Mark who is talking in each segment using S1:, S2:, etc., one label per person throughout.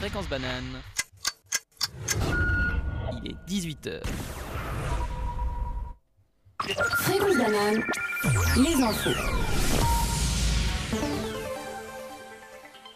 S1: Fréquence banane. Il est 18h.
S2: Fréquence banane, les infos.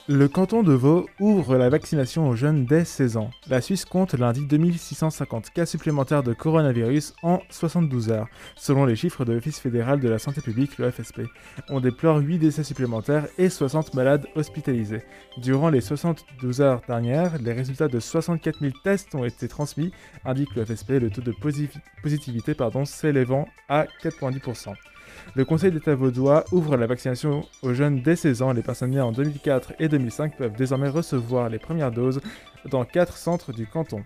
S3: Le canton de Vaud ouvre la vaccination aux jeunes dès 16 ans. La Suisse compte lundi 2650 cas supplémentaires de coronavirus en 72 heures, selon les chiffres de l'Office fédéral de la santé publique, le FSP. On déplore 8 décès supplémentaires et 60 malades hospitalisés. Durant les 72 heures dernières, les résultats de 64 000 tests ont été transmis, indique le FSP, le taux de posi- positivité pardon, s'élevant à 90%. Le Conseil d'État vaudois ouvre la vaccination aux jeunes dès 16 ans. Les personnes nées en 2004 et 2005 peuvent désormais recevoir les premières doses dans quatre centres du canton.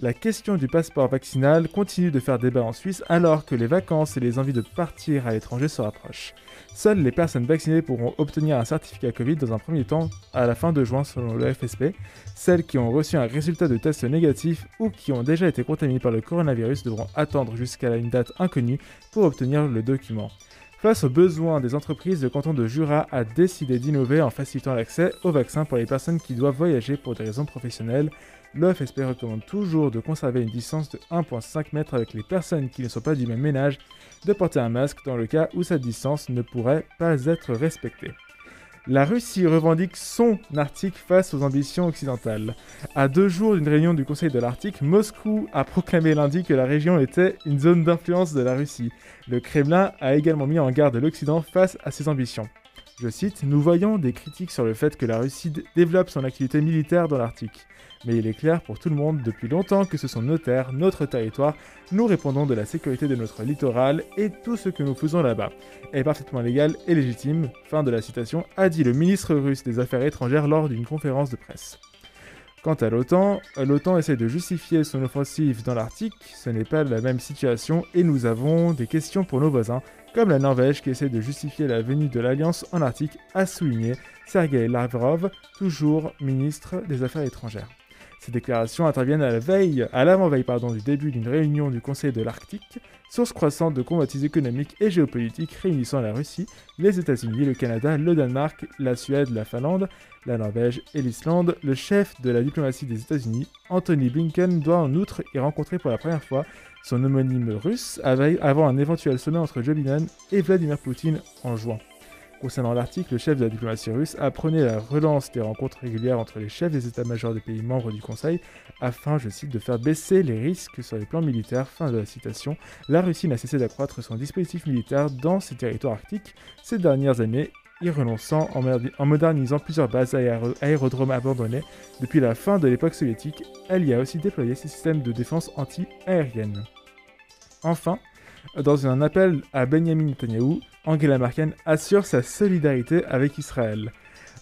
S3: La question du passeport vaccinal continue de faire débat en Suisse alors que les vacances et les envies de partir à l'étranger se rapprochent. Seules les personnes vaccinées pourront obtenir un certificat Covid dans un premier temps à la fin de juin selon le FSP. Celles qui ont reçu un résultat de test négatif ou qui ont déjà été contaminées par le coronavirus devront attendre jusqu'à une date inconnue pour obtenir le document. Face aux besoins des entreprises, le canton de Jura a décidé d'innover en facilitant l'accès aux vaccins pour les personnes qui doivent voyager pour des raisons professionnelles. L'OFSP recommande toujours de conserver une distance de 1,5 m avec les personnes qui ne sont pas du même ménage, de porter un masque dans le cas où cette distance ne pourrait pas être respectée. La Russie revendique son Arctique face aux ambitions occidentales. À deux jours d'une réunion du Conseil de l'Arctique, Moscou a proclamé lundi que la région était une zone d'influence de la Russie. Le Kremlin a également mis en garde l'Occident face à ses ambitions. Je cite, Nous voyons des critiques sur le fait que la Russie d- développe son activité militaire dans l'Arctique. Mais il est clair pour tout le monde depuis longtemps que ce sont nos terres, notre territoire, nous répondons de la sécurité de notre littoral et tout ce que nous faisons là-bas est parfaitement légal et légitime, fin de la citation, a dit le ministre russe des Affaires étrangères lors d'une conférence de presse. Quant à l'OTAN, l'OTAN essaie de justifier son offensive dans l'Arctique, ce n'est pas la même situation et nous avons des questions pour nos voisins, comme la Norvège qui essaie de justifier la venue de l'Alliance en Arctique, a souligné Sergei Lavrov, toujours ministre des Affaires étrangères. Ces déclarations interviennent à la veille, à l'avant-veille pardon, du début d'une réunion du Conseil de l'Arctique, source croissante de combatises économiques et géopolitiques réunissant la Russie, les États-Unis, le Canada, le Danemark, la Suède, la Finlande, la Norvège et l'Islande. Le chef de la diplomatie des États-Unis, Anthony Blinken, doit en outre y rencontrer pour la première fois son homonyme russe av- avant un éventuel sommet entre Joe Biden et Vladimir Poutine en juin. Concernant l'Arctique, le chef de la diplomatie russe a prôné la relance des rencontres régulières entre les chefs des états-majors des pays membres du Conseil afin, je cite, de faire baisser les risques sur les plans militaires. Fin de la citation. La Russie n'a cessé d'accroître son dispositif militaire dans ses territoires arctiques ces dernières années, y renonçant en, merdi- en modernisant plusieurs bases et aéro- aérodromes abandonnés depuis la fin de l'époque soviétique. Elle y a aussi déployé ses systèmes de défense anti-aérienne. Enfin, dans un appel à Benjamin Netanyahu, Angela Merkel assure sa solidarité avec Israël.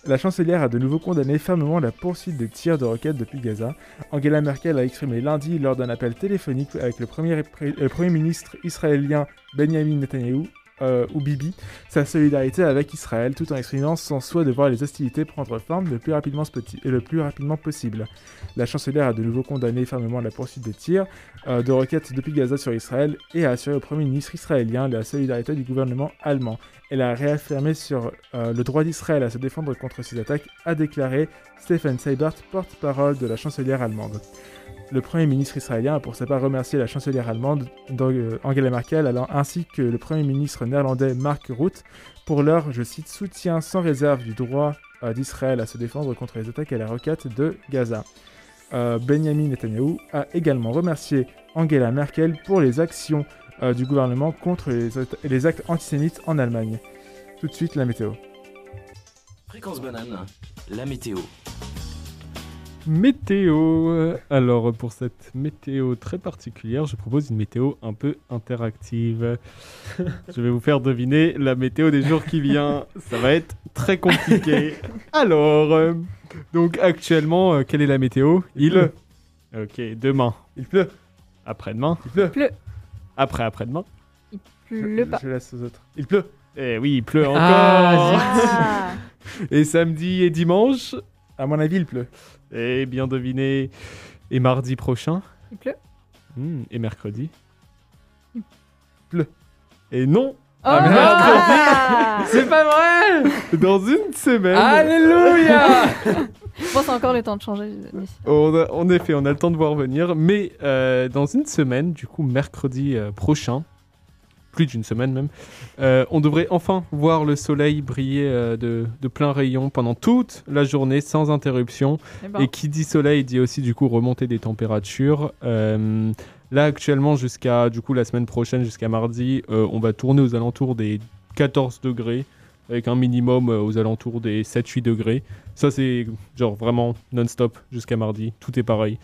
S3: La chancelière a de nouveau condamné fermement la poursuite des tirs de roquettes depuis Gaza. Angela Merkel a exprimé lundi lors d'un appel téléphonique avec le premier, pré- le premier ministre israélien Benjamin Netanyahu, euh, ou Bibi, sa solidarité avec Israël tout en exprimant son souhait de voir les hostilités prendre forme le plus rapidement, spoti- le plus rapidement possible. La chancelière a de nouveau condamné fermement la poursuite des tirs euh, de roquettes depuis Gaza sur Israël et a assuré au Premier ministre israélien la solidarité du gouvernement allemand. Elle a réaffirmé sur euh, le droit d'Israël à se défendre contre ces attaques, a déclaré Stephen Seibert, porte-parole de la chancelière allemande. Le Premier ministre israélien a pour sa part remercié la chancelière allemande euh, Angela Merkel alors- ainsi que le Premier ministre néerlandais Mark Rutte pour leur, je cite, soutien sans réserve du droit euh, d'Israël à se défendre contre les attaques à la roquette de Gaza. Euh, Benjamin Netanyahu a également remercié Angela Merkel pour les actions euh, du gouvernement contre les, at- les actes antisémites en Allemagne. Tout de suite, la météo.
S4: Fréquence banane, la météo.
S5: Météo Alors pour cette météo très particulière, je propose une météo un peu interactive. je vais vous faire deviner la météo des jours qui viennent. Ça va être très compliqué. Alors, euh, donc actuellement, euh, quelle est la météo Il Ok, demain.
S3: Il pleut,
S5: Après-demain.
S3: il pleut.
S5: Après-après-demain.
S6: Le pas.
S3: Je laisse aux autres. Il pleut.
S5: Eh oui, il pleut encore
S6: Ah,
S5: Et samedi et dimanche
S3: À mon avis, il pleut.
S5: Eh bien deviné. Et mardi prochain
S6: il pleut.
S5: Hmm, et mercredi
S3: Bleu.
S5: Et non, mais
S6: Oh, ah
S1: C'est pas vrai
S5: Dans une semaine.
S1: Alléluia
S6: Je pense encore le temps de changer. mais-
S5: On a- en effet, on a le temps de voir venir, mais euh, dans une semaine, du coup, mercredi euh, prochain, plus d'une semaine même, euh, on devrait enfin voir le soleil briller euh, de, de plein rayon pendant toute la journée, sans interruption.
S6: Eh ben,
S5: Et qui dit soleil dit aussi, du coup, remontée des températures. Euh, là, actuellement, jusqu'à du coup la semaine prochaine, jusqu'à mardi, euh, on va tourner aux alentours des 14 degrés, avec un minimum euh, aux alentours des 7-8 degrés. Ça, c'est genre vraiment non-stop jusqu'à mardi. Tout est pareil.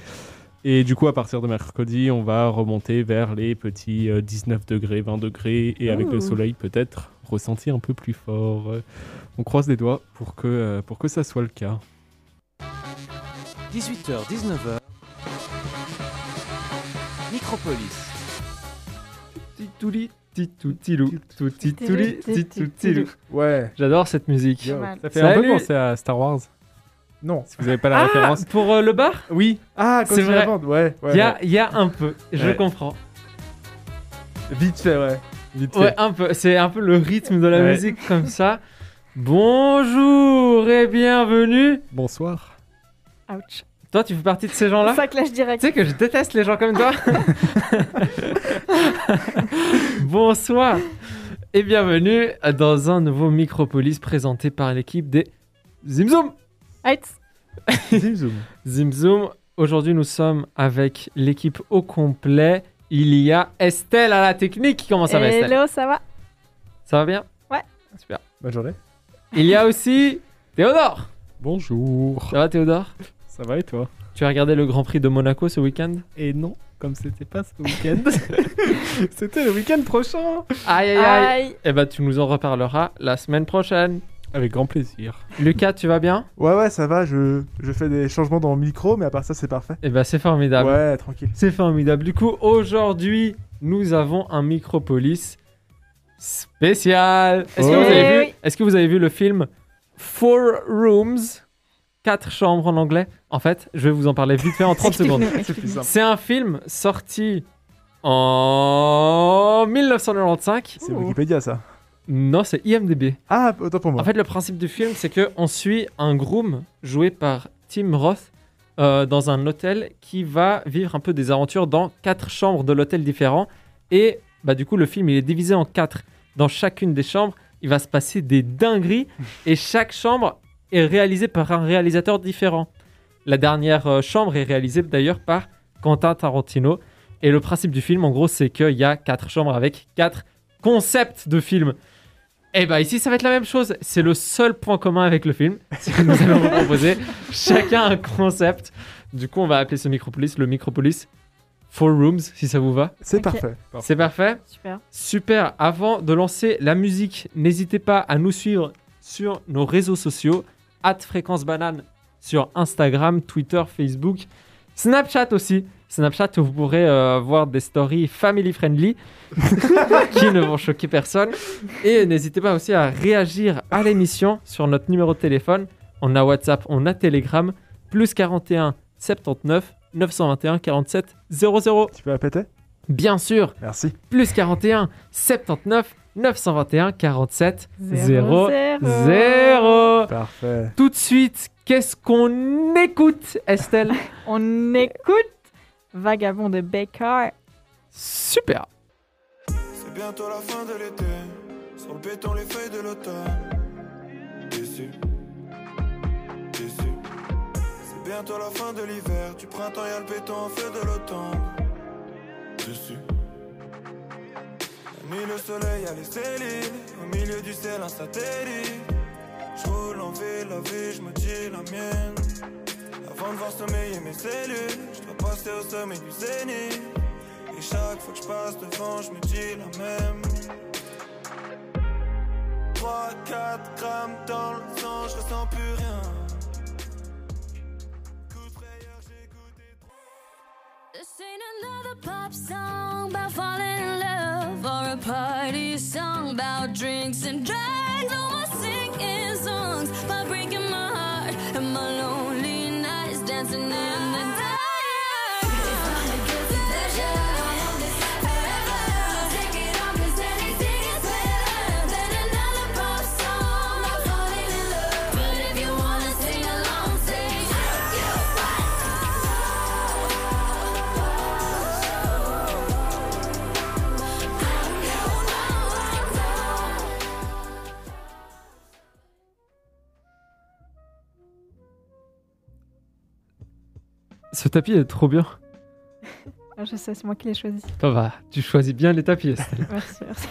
S5: Et du coup, à partir de mercredi, on va remonter vers les petits euh, 19 degrés, 20 degrés, et avec le
S6: Ouh.
S5: soleil, peut-être ressenti un peu plus fort. Euh, On croise les doigts pour que, euh, pour que ça soit le cas.
S4: 18h, 19h. Micropolis.
S7: Titouli, titou, tilou, tout, titouli,
S6: Titouli,
S7: titou, tilou.
S3: Ouais.
S7: J'adore cette musique.
S6: pas mal.
S5: Ça fait un peu
S7: Salut.
S5: penser à Star Wars,
S3: Non.
S5: si vous n'avez pas la référence.
S7: Pour euh, le bar,
S5: Oui,
S3: Ah, quand
S7: C'est
S3: tu
S7: vrai.
S3: la vends, ouais. ouais,
S7: il y, a- y a un peu, je
S5: Ouais.
S7: comprends.
S3: ouais. Vite fait, ouais.
S5: vite fait.
S7: Ouais, un peu, c'est un peu le rythme de la
S5: Ouais.
S7: musique comme ça. Bonjour et bienvenue.
S5: Bonsoir.
S6: Ouch.
S7: Toi, tu fais partie de ces gens-là
S6: Ça clash direct.
S7: Tu sais que je déteste les gens comme toi. Bonsoir et bienvenue dans un nouveau Micropolis présenté par l'équipe des Zimzoum.
S6: Aït.
S3: Zim zoom.
S7: Zimzoum, aujourd'hui nous sommes avec l'équipe au complet. Il y a Estelle à la technique. Comment ça va Estelle
S6: Hello, ça va
S7: Ça va bien
S6: Ouais.
S7: Super.
S3: Bonne journée.
S7: Il y a aussi Théodore.
S5: Bonjour.
S7: Ça va Théodore
S5: Ça va et toi
S7: Tu as regardé le Grand Prix de Monaco ce week-end
S5: Et non, comme c'était pas ce week-end. c'était le week-end prochain.
S7: Aïe aïe aïe.
S6: Aïe.
S7: Eh ben tu nous en reparleras la semaine prochaine.
S5: Avec grand plaisir.
S7: Lucas, tu vas bien
S3: Ouais, ouais, ça va, je, je fais des changements dans mon micro, mais à part ça, c'est parfait.
S7: Eh ben c'est
S5: Ah
S7: formidable.
S3: Ouais, tranquille.
S7: C'est formidable. Du coup, aujourd'hui, nous avons un Micropolis spécial. Est-ce que,
S3: Oh.
S7: vous avez
S6: Eh
S7: vu,
S6: oui.
S7: est-ce que vous avez vu le film Four Rooms Quatre chambres en anglais En fait, je vais vous en parler vite fait en 30 secondes.
S6: Explique-nous,
S3: C'est plus
S6: explique-nous.
S3: simple.
S7: C'est un film sorti en 1995.
S3: C'est Wikipédia, ça.
S7: Non, c'est IMDB.
S3: Ah, autant pour moi.
S7: En fait, le principe du film, c'est que on suit un groom joué par Tim Roth euh, dans un hôtel qui va vivre un peu des aventures dans quatre chambres de l'hôtel différents. Et bah, du coup, le film, il est divisé en quatre. Dans chacune des chambres, il va se passer des dingueries et chaque chambre est réalisée par un réalisateur différent. La dernière euh, chambre est réalisée d'ailleurs par Quentin Tarantino. Et le principe du film, en gros, c'est qu'il y a quatre chambres avec quatre concepts de films. Et bah ici, ça va être la même chose. C'est le seul point commun avec le film. C'est que nous allons vous proposer chacun un concept. Du coup, on va appeler ce Micropolis le Micropolis Four Rooms, si ça vous va.
S3: C'est
S6: Ok.
S3: parfait.
S5: Parfait.
S7: C'est parfait.
S6: Super.
S7: Super, avant de lancer la musique, n'hésitez pas à nous suivre sur nos réseaux sociaux, at Fréquence Banane sur Instagram, Twitter, Facebook, Snapchat aussi. Snapchat où vous pourrez euh, voir des stories family friendly qui ne vont choquer personne. Et n'hésitez pas aussi à réagir à l'émission sur notre numéro de téléphone. On a WhatsApp, on a Telegram, plus 41 79 921 47 00.
S3: Tu peux la péter
S7: Bien sûr
S3: Merci.
S7: plus 41 79 921 47
S6: Zéro, zéro.
S7: 0.
S3: Parfait.
S7: Tout de suite, qu'est-ce qu'on écoute, Estelle
S6: On écoute Vagabond de Baker.
S7: Super
S8: C'est bientôt la fin de l'été. Sur le béton, les feuilles de l'automne. Déçu, déçu. C'est bientôt la fin de l'hiver. Du printemps, y'a le béton en feu de l'automne. Déçu. La nuit, le soleil, y'a les céline. Au milieu du ciel, un satellite. Je roule en ville, la vie, je me dis la mienne. Avant de voir sommeiller mes cellules, je dois passer au sommet du zénith. Et chaque fois que je passe devant, je me dis la même. 3, 4 grammes dans le sang, je ressens plus rien. Coup de frayeur, j'écoute des
S9: This ain't another pop song about falling in love or a party song about drinks and drugs. No more singing songs about breaking my heart and my lonely nights dancing in the dark. If I get the pleasure, I'll take it all 'cause anything is better.
S7: Ce tapis est trop bien.
S6: Ah, Je sais, c'est moi qui l'ai choisi.
S7: Ça va, tu choisis bien les tapis. Estelle.
S6: Merci, merci.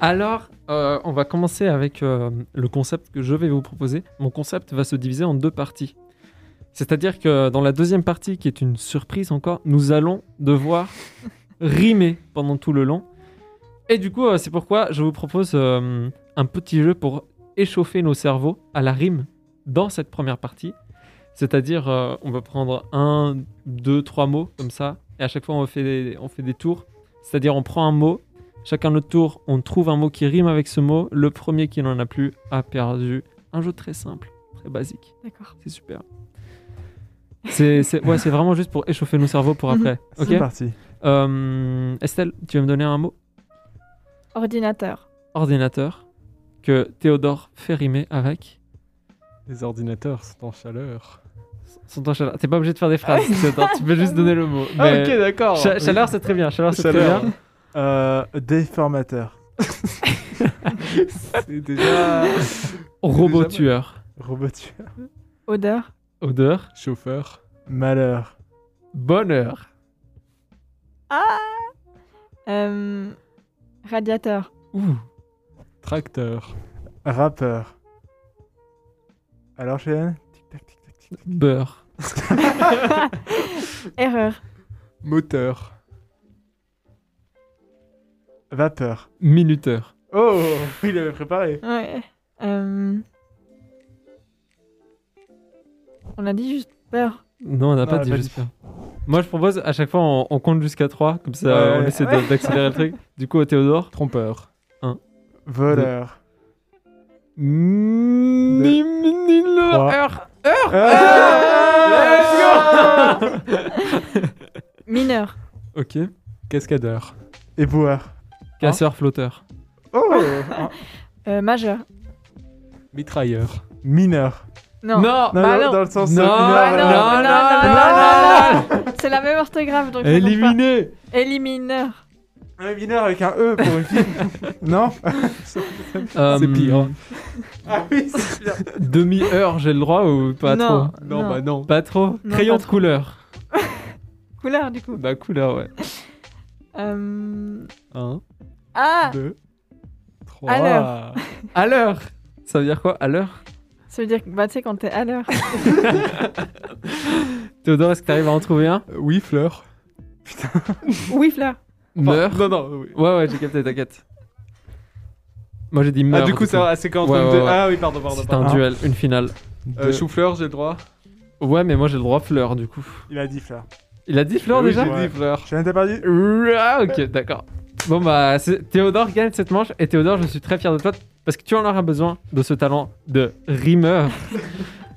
S7: Alors, euh, on va commencer avec euh, le concept que je vais vous proposer. Mon concept va se diviser en deux parties. C'est-à-dire que dans la deuxième partie, qui est une surprise encore, nous allons devoir rimer pendant tout le long. Et du coup, euh, c'est pourquoi je vous propose euh, un petit jeu pour échauffer nos cerveaux à la rime dans cette première partie. C'est-à-dire, euh, on va prendre un, deux, trois mots comme ça, et à chaque fois, on fait des, on fait des tours. C'est-à-dire, on prend un mot, chacun notre tour, on trouve un mot qui rime avec ce mot. Le premier qui n'en a plus a perdu. Un jeu très simple, très basique.
S6: D'accord.
S7: C'est super. C'est c'est- ouais, c'est vraiment juste pour échauffer nos cerveaux
S5: Mhm.
S7: pour après. Ok.
S3: C'est parti.
S7: Euh, Estelle, tu vas me donner un mot
S6: Ordinateur.
S7: ordinateur que Théodore fait rimer avec.
S5: Les ordinateurs sont en chaleur.
S7: Son temps chaleur. T'es pas obligé de faire des phrases, Théodore, tu peux juste donner le mot.
S5: Ah, ok,
S7: Mais
S5: d'accord.
S7: cha- chaleur, c'est très bien. Chaleur, c'est très
S5: Chaleur.
S7: bien.
S3: Euh, déformateur.
S5: C'est déjà.
S7: Robot
S5: Déjà-
S7: tueur.
S3: Robotueur.
S6: Odeur.
S7: Odeur.
S5: Chauffeur.
S3: Malheur.
S7: Bonheur.
S6: Ah. Euh, radiateur.
S7: Ouh.
S5: Tracteur.
S3: Rappeur. Alors, Cheyenne Tic tac tic tac tic.
S7: Beurre.
S6: Erreur.
S5: Moteur.
S3: Vapeur.
S7: Minuteur.
S3: Oh Il avait préparé.
S6: Ouais. Euh, On a dit juste peur.
S7: Non, on n'a
S3: Non,
S7: pas
S3: on a
S7: dit
S3: pas
S7: juste
S3: dit.
S7: beurre. Moi, je propose à chaque fois, on, on compte jusqu'à 3, comme ça,
S3: Ouais.
S7: on essaie de- d'accélérer le truc. Du coup, Théodore.
S5: Trompeur.
S3: Voleur.
S7: Mm.
S3: Trois.
S7: Heure.
S3: Ah
S6: Mineur.
S7: Ok.
S5: Cascadeur.
S3: Et boire.
S7: Casseur, flotteur.
S3: Oh
S6: Euh, majeur.
S5: Mitrailleur.
S3: Mineur.
S6: Non.
S3: Non,
S6: Bah
S3: dans-
S6: non. bah
S3: dans le sens
S7: Ah, Non,
S3: mineur,
S7: non,
S3: euh,
S7: non,
S6: C'est la même orthographe donc. ça compte
S7: Éliminé.
S6: pas. Élimineur.
S3: Un mineur avec un E pour une fille. non
S7: Euh,
S5: C'est pire. hein.
S3: Ah oui, c'est bien.
S7: Demi-heure, j'ai le droit ou pas
S6: non.
S7: trop
S5: Non, bah non.
S7: Pas trop.
S6: Non,
S7: Crayon
S6: pas
S7: de
S6: trop.
S7: couleur.
S6: Couleur du coup.
S7: Bah couleur, ouais.
S6: Euh...
S5: 1,
S6: Ah
S5: 2, 3.
S6: À l'heure.
S7: À l'heure. Ça veut dire quoi À l'heure
S6: Ça veut dire que bah, tu sais quand t'es à l'heure.
S7: Théodore, est-ce que t'arrives à en trouver un
S5: Euh, Oui, fleur.
S6: oui, fleur.
S5: Enfin,
S7: Meurt.
S5: Non, non, oui.
S7: Ouais, ouais, j'ai capté, t'inquiète. Moi j'ai dit meurt.
S5: Ah, du coup, ça va, c'est quand
S7: Ouais, ouais, ouais.
S5: Ah oui, pardon, pardon.
S7: C'est
S5: pardon.
S7: un
S3: pardon.
S7: duel, une finale.
S5: Euh, Chou-fleur, j'ai le droit.
S7: Ouais, mais moi j'ai le droit fleur du coup.
S3: Il a dit fleur.
S7: Il a dit fleur
S5: Oui,
S7: déjà
S5: J'ai dit fleur.
S3: Cheyenne, t'as perdu
S7: Ouah, ok, d'accord. Bon bah, c'est- Théodore gagne cette manche et Théodore, je suis très fier de toi parce que tu en auras besoin de ce talent de rimeur.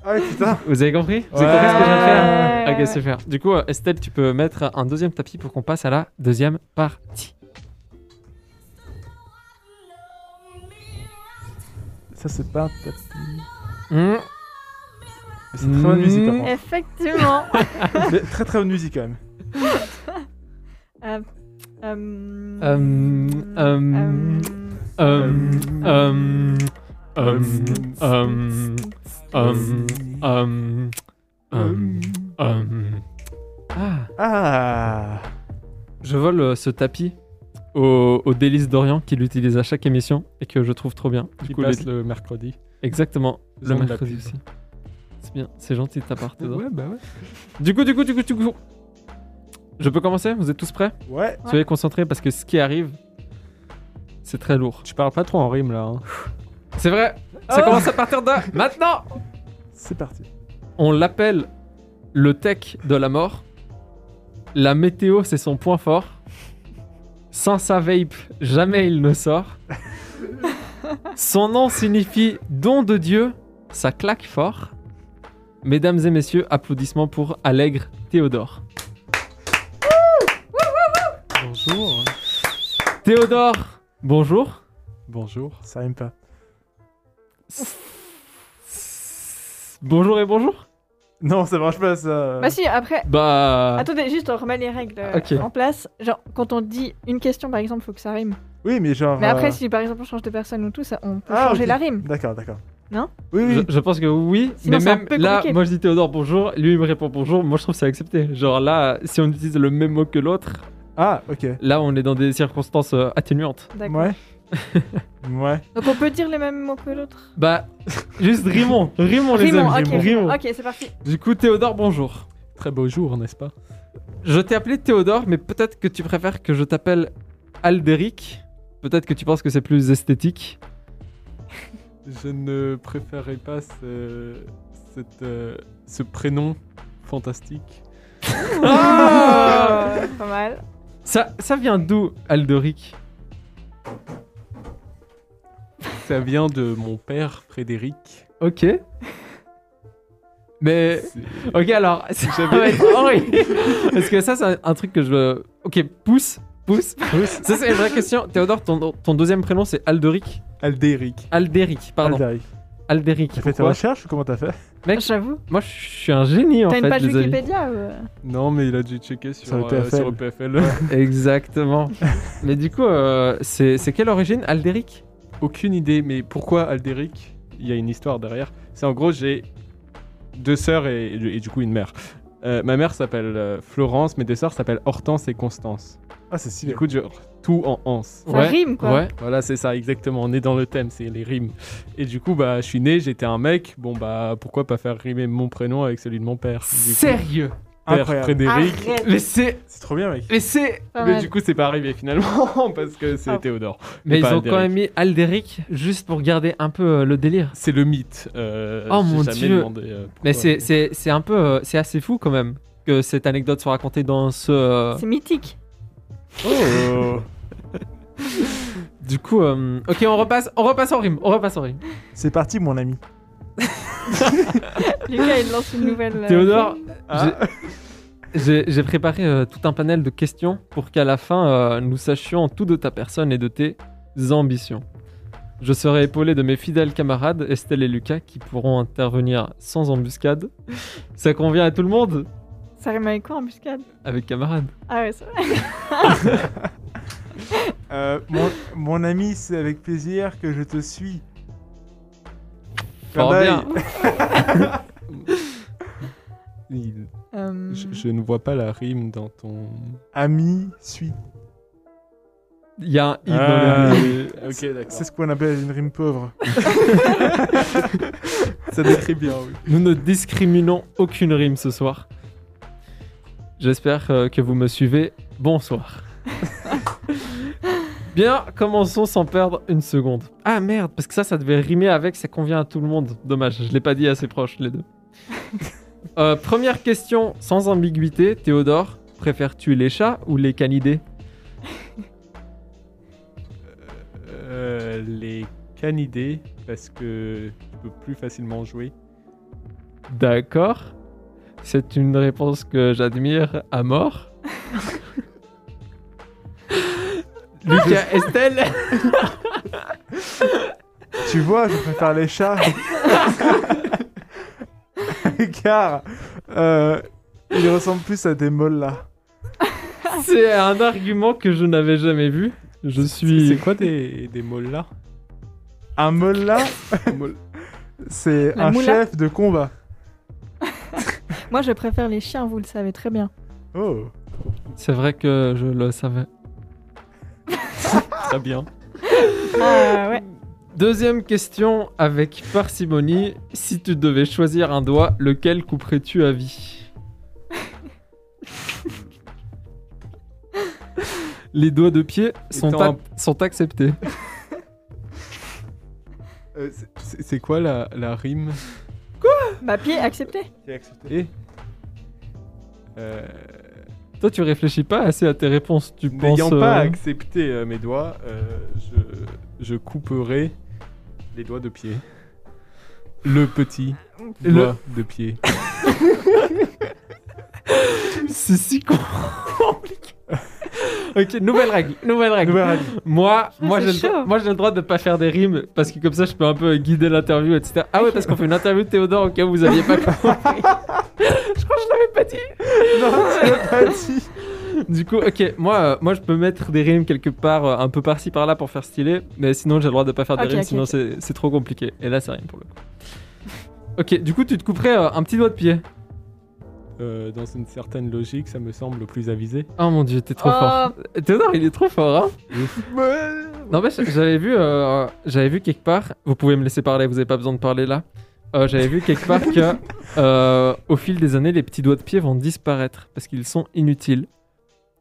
S3: Ah ouais, putain.
S7: Vous avez compris Vous avez
S3: Ouais.
S7: compris ce que je viens de faire
S6: Ouais.
S7: Ok, super. Du coup, euh, Estelle, tu peux mettre un deuxième tapis pour qu'on passe à la deuxième partie.
S3: Ça, c'est pas un tapis.
S7: Hmm.
S3: Mais C'est très bonne musique, par contre.
S6: Effectivement.
S3: Mais très très bonne musique, quand même.
S6: Euh, euh,
S7: Hum, hum, hum, hum, hum, hum, hum, hum, hum, hum. Ah,
S3: Ah
S7: je vole euh, ce tapis au, au délice d'Orient qu'il utilise à chaque émission et que je trouve trop bien. Du
S5: Qui
S7: coup,
S5: passe
S7: le-
S5: le mercredi.
S7: exactement, le
S5: Faisons de la
S7: mercredi
S5: pub.
S7: aussi. C'est bien, c'est gentil de ta part, Théodore.
S5: bah ouais.
S7: Du coup, du coup, du coup, du coup. Je peux commencer Vous êtes tous prêts
S3: Ouais.
S7: Soyez concentrés parce que ce qui arrive, c'est très lourd.
S5: Tu parles pas trop en rime là. hein. Ah.
S7: C'est vrai Ça commence à partir de maintenant
S3: C'est parti.
S7: On l'appelle le tech de la mort. La météo, c'est son point fort. Sans sa vape, jamais il ne sort. Son nom signifie don de Dieu. Ça claque fort. Mesdames et messieurs, applaudissements pour Allègre Théodore.
S5: Bonjour.
S7: Théodore, bonjour.
S5: Bonjour.
S3: Ça rime pas.
S7: Bonjour et bonjour.
S3: Non, ça marche pas, ça.
S6: Bah si, après.
S7: Bah.
S6: Attendez, juste on remet les règles euh,
S7: Ok.
S6: en place. Genre, quand on dit une question, par exemple, faut que ça rime.
S3: Oui, mais genre.
S6: Mais après,
S3: euh,
S6: si par exemple on change de personne ou tout, ça, on peut
S3: Ah,
S6: changer
S3: ok.
S6: la rime.
S3: D'accord, d'accord. Oui, oui.
S7: Je, je pense que oui,
S6: Mm. Sinon,
S7: mais
S6: c'est un
S7: même
S6: peu
S7: là,
S6: compliqué.
S7: moi je dis Théodore bonjour, lui il me répond bonjour, moi je trouve que c'est accepté. Genre là, si on utilise le même mot que l'autre,
S3: Ah, ok.
S7: là on est dans des circonstances euh, atténuantes.
S6: D'accord.
S3: Ouais. ouais.
S6: Donc on peut dire les mêmes mots que l'autre
S7: Bah, juste rimons, rimons Ah, les
S6: Rimons,
S7: amis,
S6: ok.
S7: rimons.
S6: Ok, c'est parti.
S7: Du coup, Théodore bonjour.
S5: Très beau jour, n'est-ce pas
S7: Je t'ai appelé Théodore, mais peut-être que tu préfères que je t'appelle Aldéric. Peut-être que tu penses que c'est plus esthétique.
S5: Je ne préférais pas ce, cette, euh, ce prénom fantastique.
S7: Ah.
S6: Euh, pas mal.
S7: Ça, ça vient d'où, Alderic
S5: Ça vient de mon père, Frédéric.
S7: Ok. Mais
S5: C'est-
S7: Ok, alors, ça va être horrible. Parce que ça, c'est un- un truc que je. Ok, pousse, pousse, pousse. Ça, c'est une vraie question. Théodore, ton, ton deuxième prénom, c'est Alderic.
S5: Aldéric.
S7: Alderic, pardon.
S3: Alderic.
S7: Alderic.
S3: T'as fait tes
S7: Pourquoi
S3: recherches ou comment t'as fait
S7: Mec,
S6: J'avoue.
S7: moi, je suis un génie en
S6: T'as une
S7: fait.
S6: page
S7: les amis.
S6: Wikipédia euh, ou...
S5: Non, mais il a dû checker sur,
S3: Sur le
S5: euh,
S3: PFL.
S5: sur le PFL.
S7: Exactement. Mais du coup, euh, c'est c'est quelle origine Alderic
S5: Aucune idée, mais pourquoi Aldéric Il y a une histoire derrière. C'est en gros, j'ai deux sœurs et, et du coup une mère. Euh, ma mère s'appelle euh, Florence, mes deux sœurs s'appellent Hortense et Constance.
S3: Ah, c'est si.
S5: Du coup, genre, tout en anse.
S6: Ça rime quoi.
S7: Ouais.
S5: Voilà, c'est ça, exactement. On est dans le thème, c'est les rimes. Et du coup, bah, je suis né, j'étais un mec. Bon, bah, pourquoi pas faire rimer mon prénom avec celui de mon père Du coup,
S7: Sérieux
S5: Père
S3: Incroyable.
S5: Frédéric.
S7: Mais c'est.
S3: C'est trop bien, mec.
S7: Mais c'est.
S6: Pas
S5: Mais
S6: mal.
S5: du coup, c'est pas arrivé finalement, parce que c'est
S6: Ah.
S5: Théodore.
S7: Mais
S5: Et
S7: ils
S5: pas
S7: ont
S5: Aldéric.
S7: quand même mis Alderic juste pour garder un peu euh, le délire.
S5: C'est le mythe. euh,
S7: Oh,
S5: j'ai
S7: mon
S5: jamais
S7: Dieu.
S5: demandé, euh, pourquoi.
S7: Mais c'est- c'est c'est un peu. euh, C'est assez fou quand même que cette anecdote soit racontée dans ce. euh,
S6: C'est mythique.
S5: Oh.
S7: Du coup, euh, ok, on repasse, on repasse en rime, on repasse en rime.
S3: C'est parti, mon ami.
S6: Lucas, il lance une nouvelle. euh,
S7: Théodore,
S6: rime.
S7: j'ai j'ai préparé euh, tout un panel de questions pour qu'à la fin, euh, nous sachions tout de ta personne et de tes ambitions. Je serai épaulé de mes fidèles camarades Estelle et Lucas qui pourront intervenir sans embuscade. Ça convient à tout le monde
S6: Ça rime avec quoi, embuscade
S7: Avec camarades.
S6: Ah ouais, c'est vrai.
S3: Euh, mon, mon ami, c'est avec plaisir que je te suis.
S7: Fort
S3: Bye
S7: bien.
S3: bye.
S5: Il-
S6: Euh,
S5: je, je ne vois pas la rime dans ton.
S3: Ami, suis.
S7: Il y a un i dans
S5: Ah,
S3: Euh,
S7: le milieu.
S5: mais- ok, d'accord.
S3: C'est ce qu'on appelle une rime pauvre.
S5: Ça décrit bien, oui.
S7: Nous ne discriminons aucune rime ce soir. J'espère euh, que vous me suivez. Bonsoir. Bien, commençons sans perdre une seconde. Ah merde, parce que ça, ça devait rimer avec ça convient à tout le monde. Dommage, je l'ai pas dit assez proche les deux. Euh, première question, sans ambiguïté, Théodore, préfères-tu les chats ou les canidés
S5: Euh, les canidés, parce que je peux plus facilement jouer.
S7: D'accord. C'est une réponse que j'admire à mort. Lucas, Estelle
S3: tu vois, je préfère les chats. Car euh, ils ressemblent plus à des molles là.
S7: C'est un argument que je n'avais jamais vu. Je
S5: C'est
S7: suis.
S5: c'est quoi des, des mots là
S3: Un molle là, c'est
S6: La
S3: un
S6: moula.
S3: chef de combat.
S6: Moi, je préfère les chiens, vous le savez très bien.
S3: Oh.
S7: C'est vrai que je le savais.
S5: Très bien.
S6: Ah ouais.
S7: Deuxième question avec parcimonie. Si tu devais choisir un doigt, lequel couperais-tu à vie Les doigts de pied sont,
S5: Étant
S7: ac- sont acceptés.
S5: Euh, c'est- c'est c'est quoi la, la rime
S6: Bah, pied, accepté.
S5: Et euh,
S7: Toi, tu réfléchis pas assez à tes réponses. Tu penses.
S5: N'ayant pas
S7: euh,
S5: accepté euh, mes doigts, euh, je, je couperai les doigts de pied. Le petit
S7: Le-
S5: doigt de pied.
S7: C'est si compliqué. ok, nouvelle règle, nouvelle règle.
S3: Nouvelle règle.
S7: Moi,
S6: Ah,
S7: moi
S6: c'est
S7: j'ai le, droit-
S6: chaud.
S7: moi, j'ai le droit de pas faire des rimes parce que comme ça je peux un peu guider l'interview, etc. Ah ouais, parce qu'on fait une interview de Théodore au cas où vous aviez pas compris. je crois que je l'avais pas dit.
S3: Non, tu l'as pas dit.
S7: Du coup, ok, moi, euh, moi je peux mettre des rimes quelque part, euh, un peu par-ci par-là pour faire stylé, mais sinon j'ai le droit de pas faire des
S6: Ok,
S7: rimes,
S6: ok,
S7: sinon
S6: ok.
S7: c'est- c'est trop compliqué. Et là, c'est rien pour le coup. Ok, du coup, tu te couperais euh, un petit doigt de pied.
S5: Euh, dans une certaine logique, ça me semble plus avisé.
S7: Oh mon dieu, t'es trop
S6: Oh.
S7: fort. Théodore, il est trop fort, hein Non, mais j'avais vu, euh, j'avais vu quelque part. Vous pouvez me laisser parler, vous avez pas besoin de parler là. Euh, j'avais vu quelque part que, euh, au fil des années, les petits doigts de pied vont disparaître parce qu'ils sont inutiles.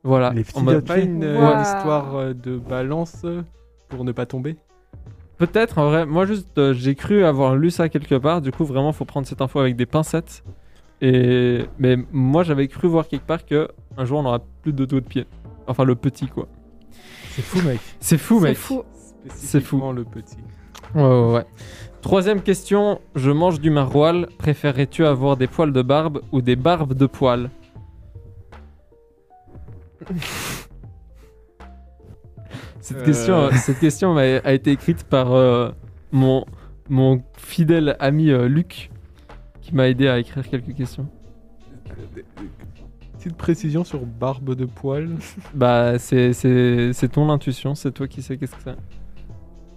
S7: Voilà.
S3: Les petits
S7: En mode-
S3: doigts de
S5: Pas une euh,
S6: Waouh.
S5: histoire euh, de balance euh, pour ne pas tomber
S7: Peut-être, en vrai, moi juste, euh, j'ai cru avoir lu ça quelque part. Du coup, vraiment, faut prendre cette info avec des pincettes. Et mais moi, j'avais cru voir quelque part que un jour, on n'aura plus de doigts de pied. Enfin, le petit quoi.
S3: C'est fou, mec.
S7: C'est fou,
S6: C'est
S7: mec.
S6: fou.
S5: Spécifiquement le petit.
S7: Ouais, ouais, ouais. Troisième question, je mange du maroilles, préférerais-tu avoir des poils de barbe ou des barbes de poils cette,
S5: Euh.
S7: question, euh, cette question m'a- a, été écrite par euh, mon, mon fidèle ami euh, Luc, qui m'a aidé à écrire quelques questions.
S5: Petite précision sur barbe de poil.
S7: Bah, c'est, c'est, c'est ton intuition, c'est toi qui sais qu'est-ce que c'est.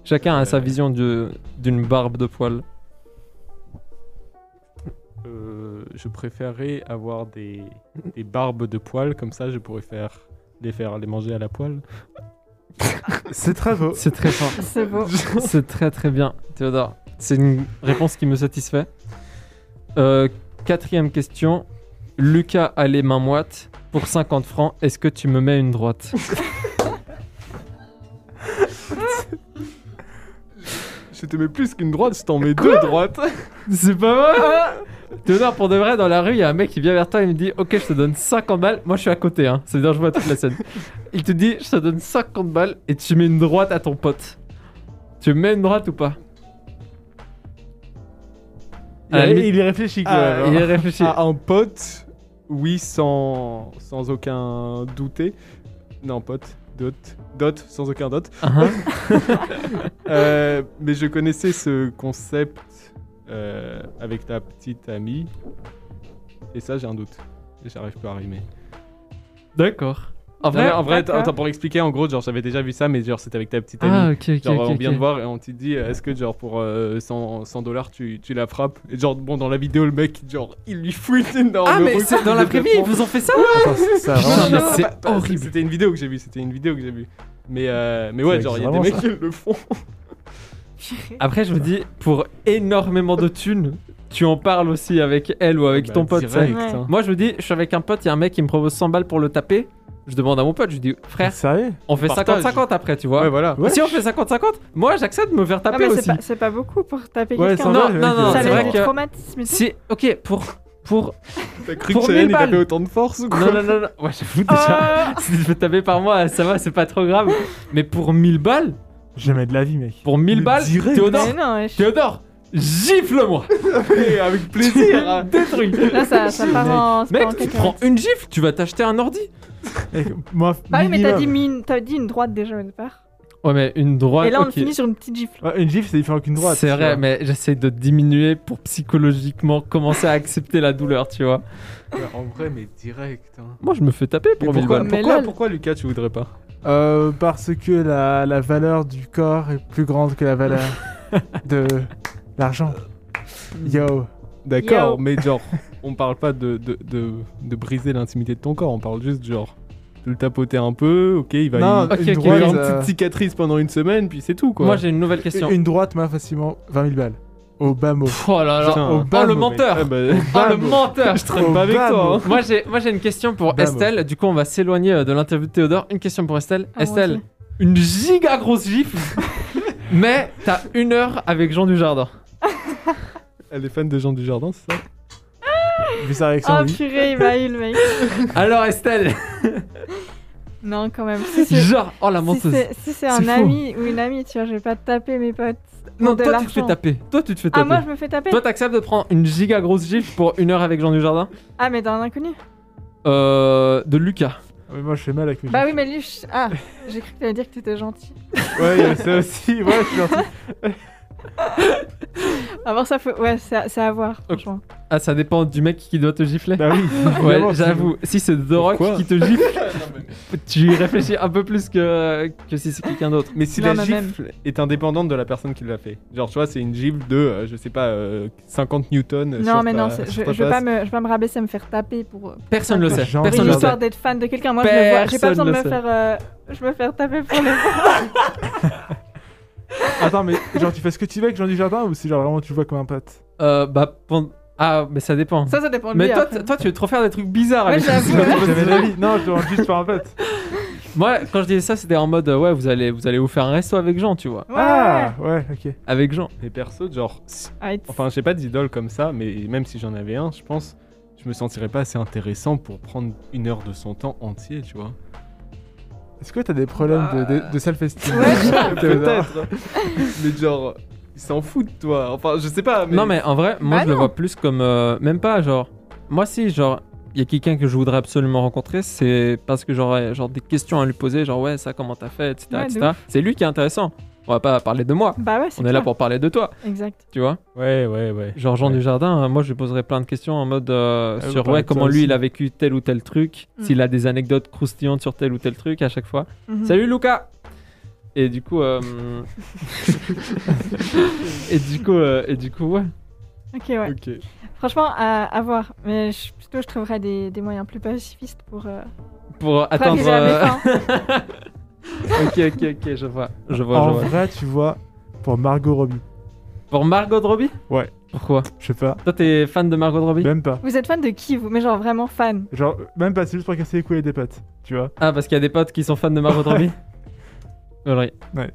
S7: Chacun a sa
S5: Euh.
S7: vision du- d'une barbe de poils.
S5: Euh, je préférais avoir des, des barbes de poil, comme ça je pourrais faire les faire les manger à la poêle.
S3: C'est très beau.
S7: C'est très fort.
S6: C'est beau.
S7: C'est très très bien, Théodore. C'est une réponse qui me satisfait. Euh, quatrième question. Lucas a les mains moites. Pour 50 francs, est-ce que tu me mets une droite
S5: Je te mets plus qu'une droite, je t'en mets deux droites.
S7: C'est pas mal Théodore, pour de vrai, dans la rue, il y a un mec qui vient vers toi et me dit Ok, je te donne 50 balles. Moi, je suis à côté, hein. C'est-à-dire, je vois toute la scène. Il te dit Je te donne 50 balles et tu mets une droite à ton pote. Tu mets une droite ou pas À la
S5: Et
S7: limite-
S5: il y réfléchit quand même, hein.
S7: Ah, Il est réfléchi.
S5: à un pote, oui, sans, sans aucun douter. Non, pote, dot, dot, sans aucun dot.
S7: Hein
S5: Euh, mais je connaissais ce concept euh, avec ta petite amie. Et ça, j'ai un doute. Et j'arrive pas à rimer.
S7: D'accord. En
S5: Non, mais en vrai,
S6: d'accord.
S5: attends, pour expliquer, en gros, genre, j'avais déjà vu ça, mais genre, c'était avec ta petite amie.
S7: Ah, ok, ok.
S5: Genre,
S7: ok,
S5: on vient
S7: ok.
S5: de voir et on te dit, euh, est-ce que genre pour euh, 100 100 dollars tu, tu la frappes Et genre, bon, dans la vidéo, le mec, genre, il lui fouille une énorme
S7: Ah, mais
S5: recoupe
S7: c'est dans
S5: de
S7: la prévie, ils
S5: vêtements.
S7: vous ont fait ça
S3: Attends, c'est- ça a vraiment-
S7: Putain, mais
S5: Non,
S7: c'est
S5: Ah, pas- pas-
S7: horrible.
S5: C'était une vidéo que j'ai vue, c'était une vidéo que j'ai vue. Mais, euh, mais ouais,
S3: C'est
S5: genre, il y a des
S3: vraiment
S5: mecs
S3: ça.
S5: qui le font.
S7: Après, je me dis, pour énormément de thunes, tu en parles aussi avec elle ou avec
S5: Ah,
S7: ton
S5: bah,
S7: pote. ça.
S6: Ouais.
S5: hein.
S7: Moi, je me dis, je suis avec un pote, il y a un mec qui me propose 100 balles pour le taper. Je demande à mon pote, je lui dis, frère,
S3: Sérieux
S7: on fait
S5: partage.
S7: 50-50 après, tu vois.
S5: Ah Ouais, voilà.
S3: ouais.
S7: Si on fait 50-50, moi j'accepte de me faire
S6: Ah,
S7: taper
S6: mais c'est
S7: aussi.
S6: pas, c'est pas beaucoup pour taper
S3: Ouais,
S6: quelqu'un.
S3: ça va,
S7: Non,
S3: le
S7: non,
S3: mec,
S7: non,
S3: il
S6: ça
S3: est
S7: c'est
S6: lève
S7: vrai
S6: des
S3: fort.
S7: que-
S6: traumatismes. et tout.
S7: Si, ok, pour. pour...
S5: T'as cru que
S7: Pour mille
S5: Cheyenne, il
S7: balles.
S5: avait autant de force ou quoi
S7: Non, non, non, non. Ouais, j'avoue déjà.
S6: Ah,
S7: Si je me taper par moi, ça va, c'est pas trop grave. Mais pour 1000 balles,
S3: Jamais de la vie, mec.
S7: pour 1000
S3: Mais
S7: balles,
S3: direct.
S7: Théodore,
S6: Oh, mais non, wesh.
S7: Théodore, gifle-moi
S5: Mais Avec plaisir hein.
S7: Détruis
S6: Là, ça, ça part en. ça part en
S7: Mec, tu
S6: cacahuète.
S7: prends une gifle, tu vas t'acheter un ordi.
S3: Mec, moi,
S6: Bah oui, mais
S3: minimum.
S6: t'as dit, mine- t'as dit une droite déjà au départ.
S7: Ouais, mais une droite.
S6: Et là, on
S7: ok.
S6: finit sur une petite gifle.
S3: Ouais, Ah, Une gifle, c'est différent qu'une droite.
S7: C'est
S3: tu
S7: vrai,
S3: vois.
S7: mais j'essaie de diminuer pour psychologiquement commencer à accepter la douleur, tu vois.
S5: Ouais, En vrai, mais direct. hein.
S7: Moi, je me fais taper pour mille
S5: pourquoi,
S7: balles.
S6: Mais
S5: pourquoi,
S6: lol.
S5: pourquoi, Lucas, tu voudrais pas
S3: Euh, parce que la, la valeur du corps est plus grande que la valeur de l'argent. Yo.
S5: D'accord, mais genre, on parle pas de, de, de, de briser l'intimité de ton corps, on parle juste genre de le tapoter un peu, ok, il va
S3: Non,
S5: Bah, il-
S7: Ok,
S3: une,
S7: ok,
S5: il va
S3: droite,
S5: avoir une
S3: euh,
S5: petite cicatrice pendant une semaine, puis c'est tout quoi.
S7: Moi, j'ai une nouvelle question.
S3: une droite m'a facilement 20 000 balles. Au bas mot.
S7: Pff, Oh là là.
S5: Putain.
S3: Au
S7: Oh,
S3: bas
S7: le
S3: mot, mec.
S5: Ah
S7: menteur.
S5: bah,
S7: Oh, le
S3: Bam.
S7: menteur. Je
S3: Au
S7: traîne pas avec
S3: bas
S7: toi.
S3: mot.
S7: hein. Moi, j'ai, moi, j'ai une question pour
S3: Bam.
S7: Estelle. Du coup, on va s'éloigner euh, de l'interview de Théodore. Une question pour Estelle.
S6: Ah, mon
S7: Estelle,
S6: Dieu.
S7: une giga grosse gifle. mais t'as une heure avec Jean Dujardin.
S5: elle est fan de Jean Dujardin, c'est ça
S3: Vu sa réaction,
S7: Ah,
S6: Oh
S3: oui.
S6: purée, il m'a eu le mec.
S7: Alors, Estelle,
S6: Non, quand même. Si c'est
S7: genre, oh la
S6: si
S7: menteuse.
S6: c'est- si c'est un
S7: faux.
S6: ami ou une amie, tu vois, je vais pas taper mes potes.
S7: Non,
S6: pour de
S7: toi, tu te fais
S6: l'argent.
S7: taper. Toi, tu te fais
S6: Ah,
S7: taper.
S6: moi, je me fais taper
S7: Toi, t'acceptes de prendre une giga grosse gifle pour une heure avec Jean Dujardin
S6: Ah, mais d'un inconnu
S7: Euh. De Lucas.
S3: Ah, mais moi, je fais mal avec mes
S6: Bah oui,
S3: gifles.
S6: mais lui, je- ah, j'ai cru que t'allais dire que t'étais gentil.
S3: Ouais, il y a ça aussi. Ouais, je suis gentil.
S6: À voir, ça, faut... ouais, c'est à, c'est à voir, franchement.
S7: Ah, ça dépend du mec qui doit te gifler.
S3: Bah oui,
S7: ouais,
S3: évidemment, si-
S7: j'avoue. Si c'est The Rock
S3: Pourquoi
S7: qui te gifle, tu y réfléchis un peu plus que, que si c'est quelqu'un d'autre.
S5: Mais si
S6: Non,
S5: la
S6: mais même.
S5: gifle est indépendante de la personne qui l'a fait. Genre, tu vois, c'est une gifle de, euh, je sais pas, euh, 50 newtons. euh,
S6: Non,
S5: sur
S6: mais
S5: ta-
S6: non, c'est- je,
S5: sur ta
S6: je, vais pas
S5: face.
S6: me, je vais pas me rabaisser à me faire taper pour. euh,
S7: Personne le sait.
S3: Genre,
S6: C'est
S7: Personne le sait.
S6: l'histoire d'être fan de quelqu'un. Moi, je le vois. J'ai pas besoin
S7: Personne
S6: de
S7: le
S6: me
S7: sait.
S6: faire, euh, je me faire taper pour le.
S3: Attends, mais genre, tu fais ce que tu veux avec Jean du Jardin ou si genre vraiment tu le vois comme un pote
S7: Euh, bah, pend- Ah, mais ça dépend.
S6: Ça, ça dépend de
S7: mais
S6: lui.
S7: toi,
S6: après.
S7: t- toi, tu veux trop faire des trucs bizarres
S6: Ouais,
S7: avec ça.
S6: j'avoue.
S3: J'avais l'avis. Non, je te rends juste par un pote.
S7: Moi, quand je disais ça, c'était en mode euh, ouais, vous allez, vous allez vous faire un resto avec Jean, tu vois.
S6: Ouais,
S3: Ah, ouais, ok.
S7: Avec Jean.
S5: Mais perso, genre, si-
S6: ouais. Ah, it's-
S5: enfin, j'ai pas d'idole comme ça, mais même si j'en avais un, je pense, je me sentirais pas assez intéressant pour prendre une heure de son temps entier, tu vois.
S3: Est-ce que t'as des problèmes de, de, de self-esteem Théodore
S5: Peut-être. mais genre, ils s'en foutent, de toi. Enfin, je sais pas. Mais...
S7: Non, mais en vrai, moi,
S6: Bah
S7: je le
S6: non.
S7: vois plus comme. euh, même pas, genre. Moi, si, genre, il y a quelqu'un que je voudrais absolument rencontrer, c'est parce que j'aurais genre, des questions à lui poser, genre, ouais, ça, comment t'as fait, etc.
S6: Ouais, de
S7: etc. C'est lui qui est intéressant. On va pas parler de moi.
S6: Bah ouais, c'est
S7: On est là
S6: clair.
S7: pour parler de toi,
S6: Exact.
S7: tu vois.
S5: Ouais, ouais, ouais.
S7: Genre, Jean
S5: Ouais.
S7: Dujardin, euh, moi, je lui poserais plein de questions en mode euh,
S3: Ah, vous
S7: sur
S3: parlez
S7: ouais,
S3: de ça
S7: comment lui,
S3: aussi.
S7: il a vécu tel ou tel truc,
S6: Mm.
S7: s'il a des anecdotes croustillantes sur tel ou tel truc à chaque fois.
S6: Mhm.
S7: Salut Lucas Et du coup... euh, et du coup, euh, et du coup, ouais.
S6: Mhm. Ok, ouais.
S5: Ok.
S6: Franchement, à, à voir. Mais je- plutôt, je trouverais des, des moyens plus pacifistes pour. euh,
S7: Pour
S6: pour
S7: atteindre...
S6: arriver à mes
S7: euh,
S6: fins.
S7: ok, ok, ok, je vois. Je vois,
S3: En
S7: je vois.
S3: vrai, tu vois, pour Margot Robbie,
S7: Pour Margot Robbie
S3: Ouais.
S7: Pourquoi
S3: je sais pas,
S7: Toi, t'es fan de Margot Robbie
S3: même pas.
S6: Vous êtes fan de qui, vous Mais genre vraiment fan.
S3: Genre, même pas, c'est juste pour casser les couilles à des potes, tu vois.
S7: Ah, parce qu'il y a des potes qui sont fans de Margot Robbie Valérie.
S3: Ouais.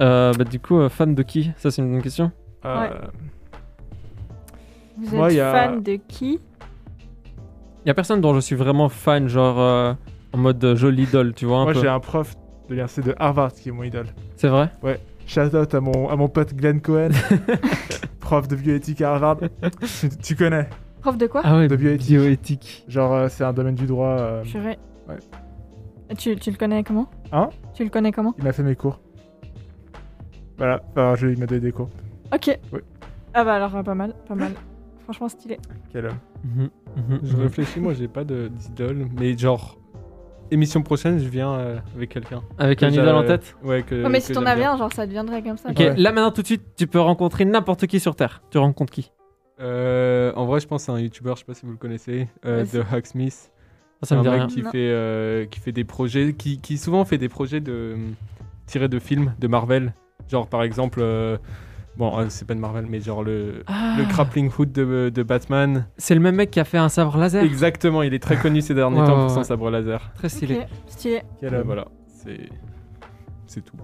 S7: Euh, bah du coup, euh, fan de qui Ça, c'est une bonne question.
S3: Euh,
S6: Vous êtes
S3: Moi, il y a-
S6: fan de qui
S7: Y a personne dont je suis vraiment fan, genre euh, en mode euh, jolie idole, tu vois un
S3: Moi,
S7: peu.
S3: j'ai un prof de l'université de Harvard qui est mon idole.
S7: C'est vrai
S3: Shout out à mon, à mon pote Glenn Cohen, prof de bioéthique à Harvard. tu, tu connais,
S6: Prof de quoi
S7: Ah ouais,
S3: de bioéthique.
S7: bioéthique.
S3: Genre, euh, c'est un domaine du droit.
S7: Ah,
S3: euh,
S6: Purée.
S3: Ouais.
S6: Et Tu, tu le connais comment
S3: Hein
S6: Tu le connais comment
S3: il m'a fait mes cours. Voilà, enfin, je, il m'a donné des cours.
S6: Ok.
S3: Oui.
S6: Ah bah alors, euh, pas mal, pas mal. Franchement, stylé.
S7: Euh,
S3: Quel homme.
S7: Mhm, mhm,
S5: Je
S7: mhm.
S5: réfléchis, moi j'ai pas de- d'idole, mais genre, émission prochaine, je viens euh, avec quelqu'un.
S7: Avec
S5: Que
S7: un
S5: j'a-
S7: idole en tête
S5: Ouais, que.
S6: Ouais, Oh, mais
S5: que
S6: si t'en
S5: j'aime
S6: avais
S5: bien.
S6: un, genre ça deviendrait comme ça.
S7: Ok,
S3: Ouais.
S7: là maintenant tout de suite, tu peux rencontrer n'importe qui sur Terre. Tu rencontres qui
S5: Euh, en vrai, je pense à un youtubeur, je sais pas si vous le connaissez, euh,
S6: Vas-y.
S5: de Hacksmith.
S7: Ah, Ça
S5: C'est
S7: me
S5: un
S7: dit
S5: mec
S7: rien.
S5: qui
S6: Non.
S5: fait, euh, qui fait des projets, qui, qui souvent fait des projets de, tirés de films de Marvel. Genre par exemple, euh, bon, euh, c'est pas de Marvel, mais genre le,
S7: Ah,
S5: le Grappling Hood de, de Batman.
S7: C'est le même mec qui a fait un sabre laser.
S5: Exactement, il est très connu ces derniers
S7: Ouais,
S5: temps
S7: ouais,
S5: pour son
S7: ouais.
S5: sabre laser.
S7: Très
S6: Ok,
S7: stylé.
S6: stylé.
S3: Quel
S5: Euh,
S7: bah,
S3: homme.
S5: voilà, c'est. C'est tout.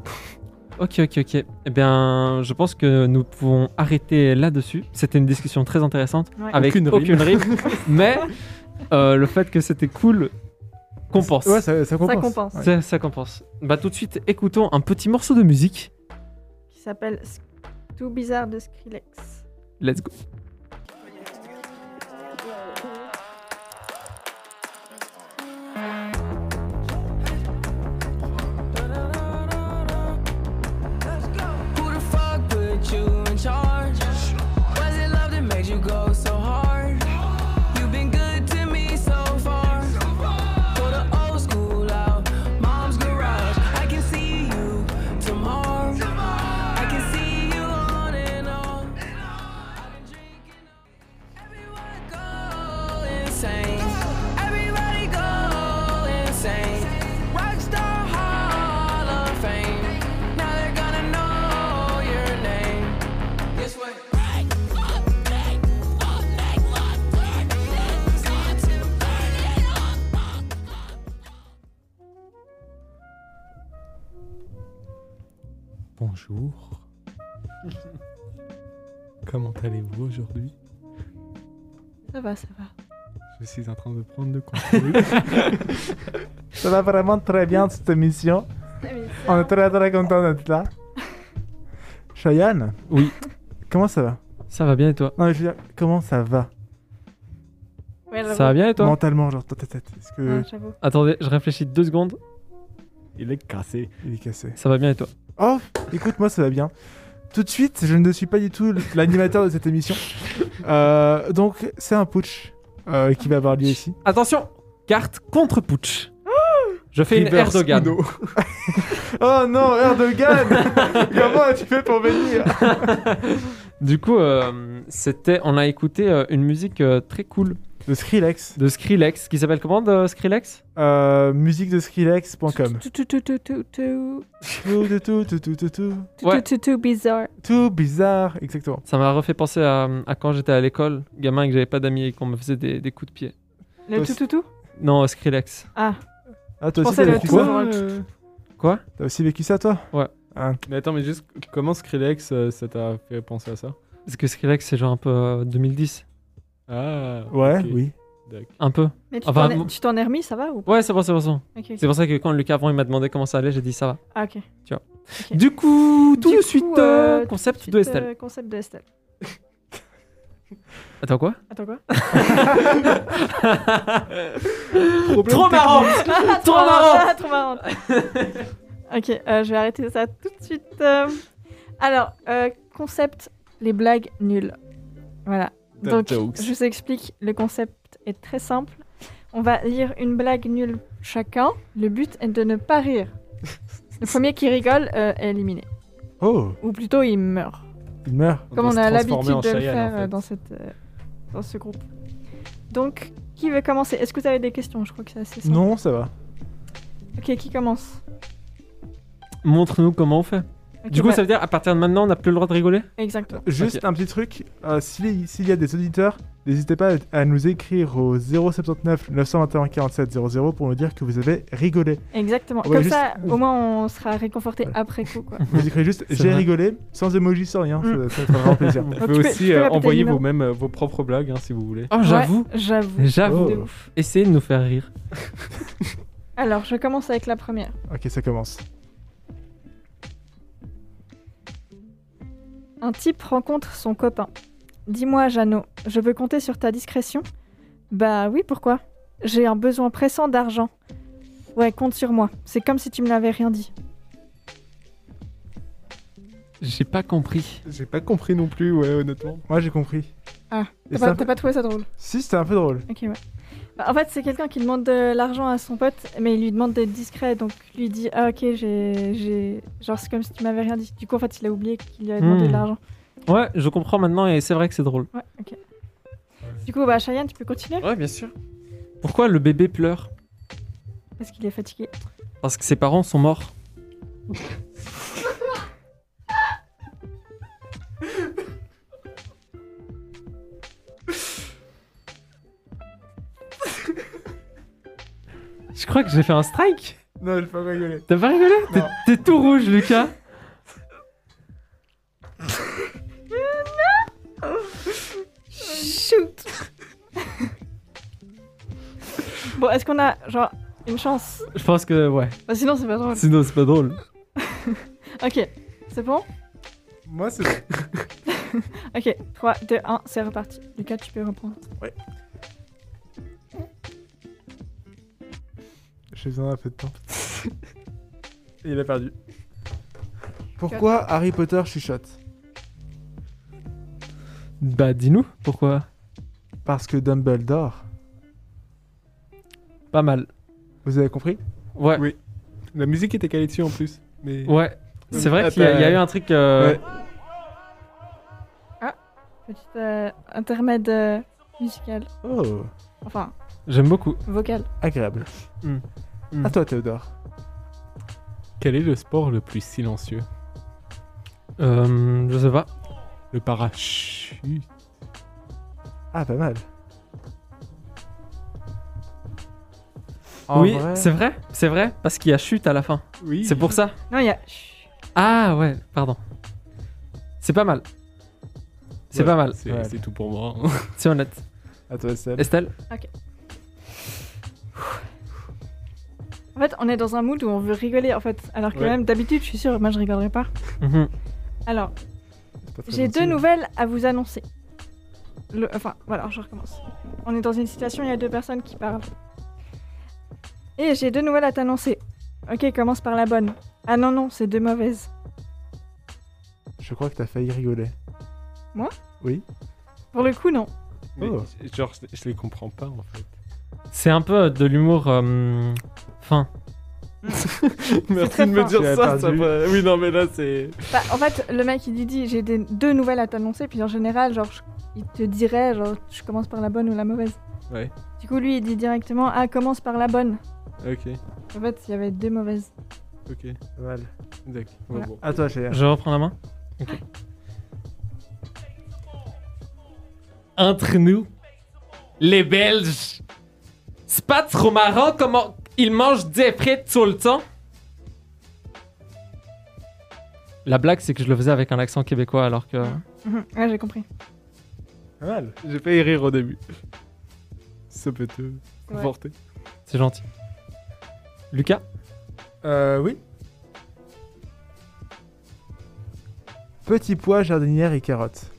S7: Ok, ok, ok. Eh bien, je pense que nous pouvons arrêter là-dessus. C'était une discussion très intéressante,
S6: Ouais.
S7: avec
S5: Aucune
S7: aucune
S5: rime.
S7: rime, mais euh, le fait que c'était cool compense.
S3: Ouais, ça, ça compense.
S6: compense.
S3: Ouais.
S7: Ça, ça compense. Bah tout de suite, écoutons un petit morceau de musique.
S6: Qui s'appelle S- Tout bizarre de Skrillex.
S7: Let's go.
S4: Who the fuck put you in charge? Was it love that made you go so hard? You've been good to me so far. Pull the old school out, mom's garage. I can see you tomorrow. I can see you on and on. I've been drinking on- Everyone go insane. Everybody go insane. Rockstar Hall of Fame. Now they're gonna know your name. This way.
S5: Bonjour. Comment allez-vous aujourd'hui
S6: Ça va, ça va.
S5: Je suis en train de prendre de quoi.
S3: Ça va vraiment très bien cette émission. On est très très content d'être là. Cheyenne
S7: Oui.
S3: Comment ça va
S7: Ça va bien et toi
S3: Non, mais je veux dire, comment ça va
S6: Ouais, j'avoue.
S7: Ça va bien et toi
S3: Mentalement, genre, dans ta tête. Est-ce que
S6: Ouais, j'avoue.
S7: Attendez, je réfléchis deux secondes.
S5: Il est cassé.
S3: il est cassé
S7: Ça va bien et toi
S3: Oh Écoute, moi ça va bien. Tout de suite, je ne suis pas du tout l'animateur de cette émission. Euh, donc, c'est un putsch euh, qui va avoir lieu ici.
S7: Attention, carte contre putsch. Je fais une
S5: Reverse
S7: Erdogan.
S5: Uno.
S3: Oh non, Erdogan Comment as-tu fait pour venir
S7: Du coup, euh, c'était, on a écouté euh, une musique euh, très cool
S3: De Skrillex.
S7: de Skrillex qui s'appelle comment de Skrillex
S3: Euh, musique de Skrillex.com.
S6: Tout, tout, tout, tout, tout, tout,
S3: tout, tout, tout, tout, tout, tout,
S6: tout,
S7: Ouais.
S6: tout, tout, bizarre.
S3: tout bizarre, exactement.
S7: Ça m'a refait penser à, à quand j'étais à l'école, gamin et que j'avais pas d'amis et qu'on me faisait des, des coups de pied.
S6: Le
S3: Aussi-
S6: tout, tout, tout
S7: Non, euh, Skrillex.
S6: Ah,
S3: Ah, toi
S6: Je
S3: aussi,
S6: pensais
S3: t'as
S6: le
S3: vécu
S6: tout.
S3: ça
S5: Quoi euh,
S3: T'as aussi vécu ça, toi
S5: Mais attends, mais juste comment Skrillex, euh, ça t'a fait penser à ça
S7: Parce que Skrillex, c'est genre un peu euh, 2010.
S5: Ah.
S3: Ouais,
S5: ok.
S3: oui.
S5: D'accord.
S7: Un peu.
S6: mais tu
S7: Enfin,
S6: t'en es-
S7: mon-
S6: tu t'en es remis, ça va ou pas
S7: Ouais, c'est bon, c'est bon, c'est bon.
S6: Ok, ok.
S7: C'est pour ça que quand Lucas avant il m'a demandé comment ça allait, j'ai dit ça va.
S6: Ah, ok. Ok.
S7: Du coup, tout
S6: Du
S7: de
S6: coup,
S7: suite,
S6: euh,
S7: euh,
S6: tout
S7: concept
S6: suite,
S7: de Estelle.
S6: euh, Concept de Estelle.
S7: Attends quoi
S6: Attends quoi
S7: Trop marrant
S6: Trop
S7: marrant
S6: marrant Trop marrant Ok, euh, je vais arrêter ça tout de suite. euh. Alors, euh, concept, les blagues nulles. Voilà. Donc, je vous explique, le concept est très simple. On va lire une blague nulle chacun. Le but est de ne pas rire. Le premier qui rigole euh, est éliminé.
S3: Oh,
S6: Ou plutôt, il meurt.
S3: il meurt.
S6: Comme
S5: doit
S6: on
S5: se
S6: a
S5: transformer
S6: l'habitude
S5: en
S6: de le
S5: Cheyenne,
S6: faire
S5: en
S6: euh,
S5: fait.
S6: dans, cette, euh, dans ce groupe. Donc, qui veut commencer Est-ce que vous avez des questions Je crois que c'est assez simple.
S3: Non, ça va.
S6: Ok, qui commence
S7: Montre-nous comment on fait.
S6: Ok,
S7: Du coup,
S6: bah,
S7: ça veut dire à partir de maintenant, on n'a plus le droit de rigoler
S6: Exactement.
S3: Juste
S7: Ok.
S3: un petit truc, euh, s'il s'il y a des auditeurs, n'hésitez pas à nous écrire au 079 921 47 00 pour nous dire que vous avez rigolé.
S6: Exactement.
S3: Ouais,
S6: Comme
S3: juste-
S6: ça, au moins, on sera réconforté après coup. Quoi.
S3: Vous écrivez juste
S7: C'est
S3: j'ai
S7: vrai.
S3: rigolé, sans emoji, sans rien,
S6: Mm.
S3: ça, ça fera vraiment plaisir.
S5: Vous
S6: Donc,
S5: pouvez
S6: Ah, tu peux- tu
S5: aussi
S6: peux
S5: euh,
S6: répéter
S5: envoyer
S6: le numéro.
S5: vous-même euh, vos propres blagues hein, si vous voulez.
S7: Oh, j'avoue.
S6: Ouais, J'avoue.
S7: J'avoue.
S6: De
S3: Oh.
S6: ouf.
S7: Essayez de nous faire rire.
S6: Alors, je commence avec la première.
S3: Ok, ça commence.
S6: Un type rencontre son copain. Dis-moi, Jeannot, je peux compter sur ta discrétion Bah oui, pourquoi J'ai un besoin pressant d'argent. Ouais, compte sur moi. C'est comme si tu me l'avais rien dit.
S7: J'ai pas compris.
S5: J'ai pas compris non plus, ouais, honnêtement.
S3: Moi j'ai compris.
S6: Ah,
S3: Et
S6: T'as
S3: c'est un
S6: pas,
S3: peu-
S6: t'as pas trouvé ça drôle
S3: Si, c'était un peu drôle.
S6: Ok, ouais. Bah, en fait, c'est quelqu'un qui demande de l'argent à son pote, mais il lui demande d'être discret, donc lui il dit Ah, ok, j'ai. j'ai- Genre, c'est comme si tu m'avais rien dit. Du coup, en fait, il a oublié qu'il lui avait demandé
S7: Hmm.
S6: de l'argent.
S7: Ouais, je comprends maintenant et c'est vrai que c'est drôle.
S6: Ouais, ok. Du coup, bah, Cheyenne, tu peux continuer
S7: Ouais, bien sûr. Pourquoi le bébé pleure
S6: Parce qu'il est fatigué.
S7: Parce que ses parents sont morts. Je crois que j'ai fait un strike.
S3: Non, j'ai pas rigolé.
S7: T'as pas rigolé T'es-
S3: Non.
S7: T'es tout rouge, Lucas.
S6: Shoot Bon, est-ce qu'on a, genre, une chance
S7: Je pense que ouais.
S6: Bah, Sinon, c'est pas drôle.
S7: Sinon, c'est pas drôle.
S6: Ok, c'est bon
S3: Moi c'est bon.
S6: Ok, 3, 2, 1, c'est reparti. Lucas, tu peux reprendre.
S3: J'ai besoin d'un peu de temps. Et il a perdu. Pourquoi Harry Potter chuchote
S7: Bah, dis-nous pourquoi.
S3: Parce que Dumbledore.
S7: Pas mal.
S3: Vous avez compris
S7: Ouais.
S5: Oui. La musique était calée dessus en plus. Mais...
S7: Ouais. C'est vrai qu'il y, a il y a eu un truc. euh,
S5: Ouais.
S6: Petit euh, intermède euh, musical.
S3: Oh,
S6: Enfin,
S7: J'aime beaucoup.
S6: vocal.
S3: agréable.
S7: Mm. Mm.
S3: À toi Théodore.
S5: Quel est le sport le plus silencieux
S7: Euh, je sais pas.
S5: Le parachute.
S3: Ah, pas mal.
S7: oui, c'est vrai. C'est vrai. Parce qu'il y a chute à la fin.
S5: Oui.
S7: C'est pour ça.
S6: Non, il y a. Chut.
S7: Ah ouais, pardon. C'est pas mal. C'est
S5: Ouais, Oh.
S7: pas mal.
S5: C'est
S3: Ouais.
S5: c'est tout pour moi.
S7: C'est honnête.
S3: À toi, Estelle.
S7: Estelle
S6: En fait, on est dans un mood où on veut rigoler, en fait. Alors que
S5: Ouais.
S6: même d'habitude, je suis sûre, moi je rigolerais pas.
S7: Mhm.
S6: Alors,
S3: C'est pas très
S6: j'ai
S3: gentil.
S6: deux nouvelles à vous annoncer. Le... Enfin, voilà, je recommence. On est dans une situation, il y a deux personnes qui parlent. Et j'ai deux nouvelles à t'annoncer. Ok, commence par la bonne. Ah non, non, c'est deux mauvaises.
S3: Je crois que t'as failli rigoler.
S6: Pour le coup, non.
S5: Mais
S3: Oh.
S5: Genre, je, je les comprends pas en fait.
S7: C'est un peu de l'humour euh, fin.
S5: Merci
S6: très
S5: de me
S6: fin.
S5: dire
S3: Tu as
S5: ça, ça
S3: perdu.
S5: va- Oui, non, mais là, c'est.
S6: Bah, en fait, le mec, il lui dit J'ai des- deux nouvelles à t'annoncer, puis en général, genre, je- il te dirait genre, Je commence par la bonne ou la mauvaise.
S5: Ouais.
S6: Du coup, lui, il dit directement Ah, commence par la bonne.
S5: Ok,
S6: En fait, il y avait deux mauvaises.
S5: ok.
S3: Mal.
S5: D'accord. Bon,
S6: Voilà.
S5: bon.
S3: À toi, cher.
S7: Je reprends la main. Ok. Entre nous, les Belges, c'est pas trop marrant comment ils mangent des frites tout le temps. La blague, c'est que je le faisais avec un accent québécois alors que.
S6: Mhm. Ouais, j'ai compris.
S3: Pas mal.
S5: J'ai failli rire au début. Ça peut te conforter.
S7: C'est gentil. Lucas
S3: Euh, oui. Petit pois, jardinière et carotte.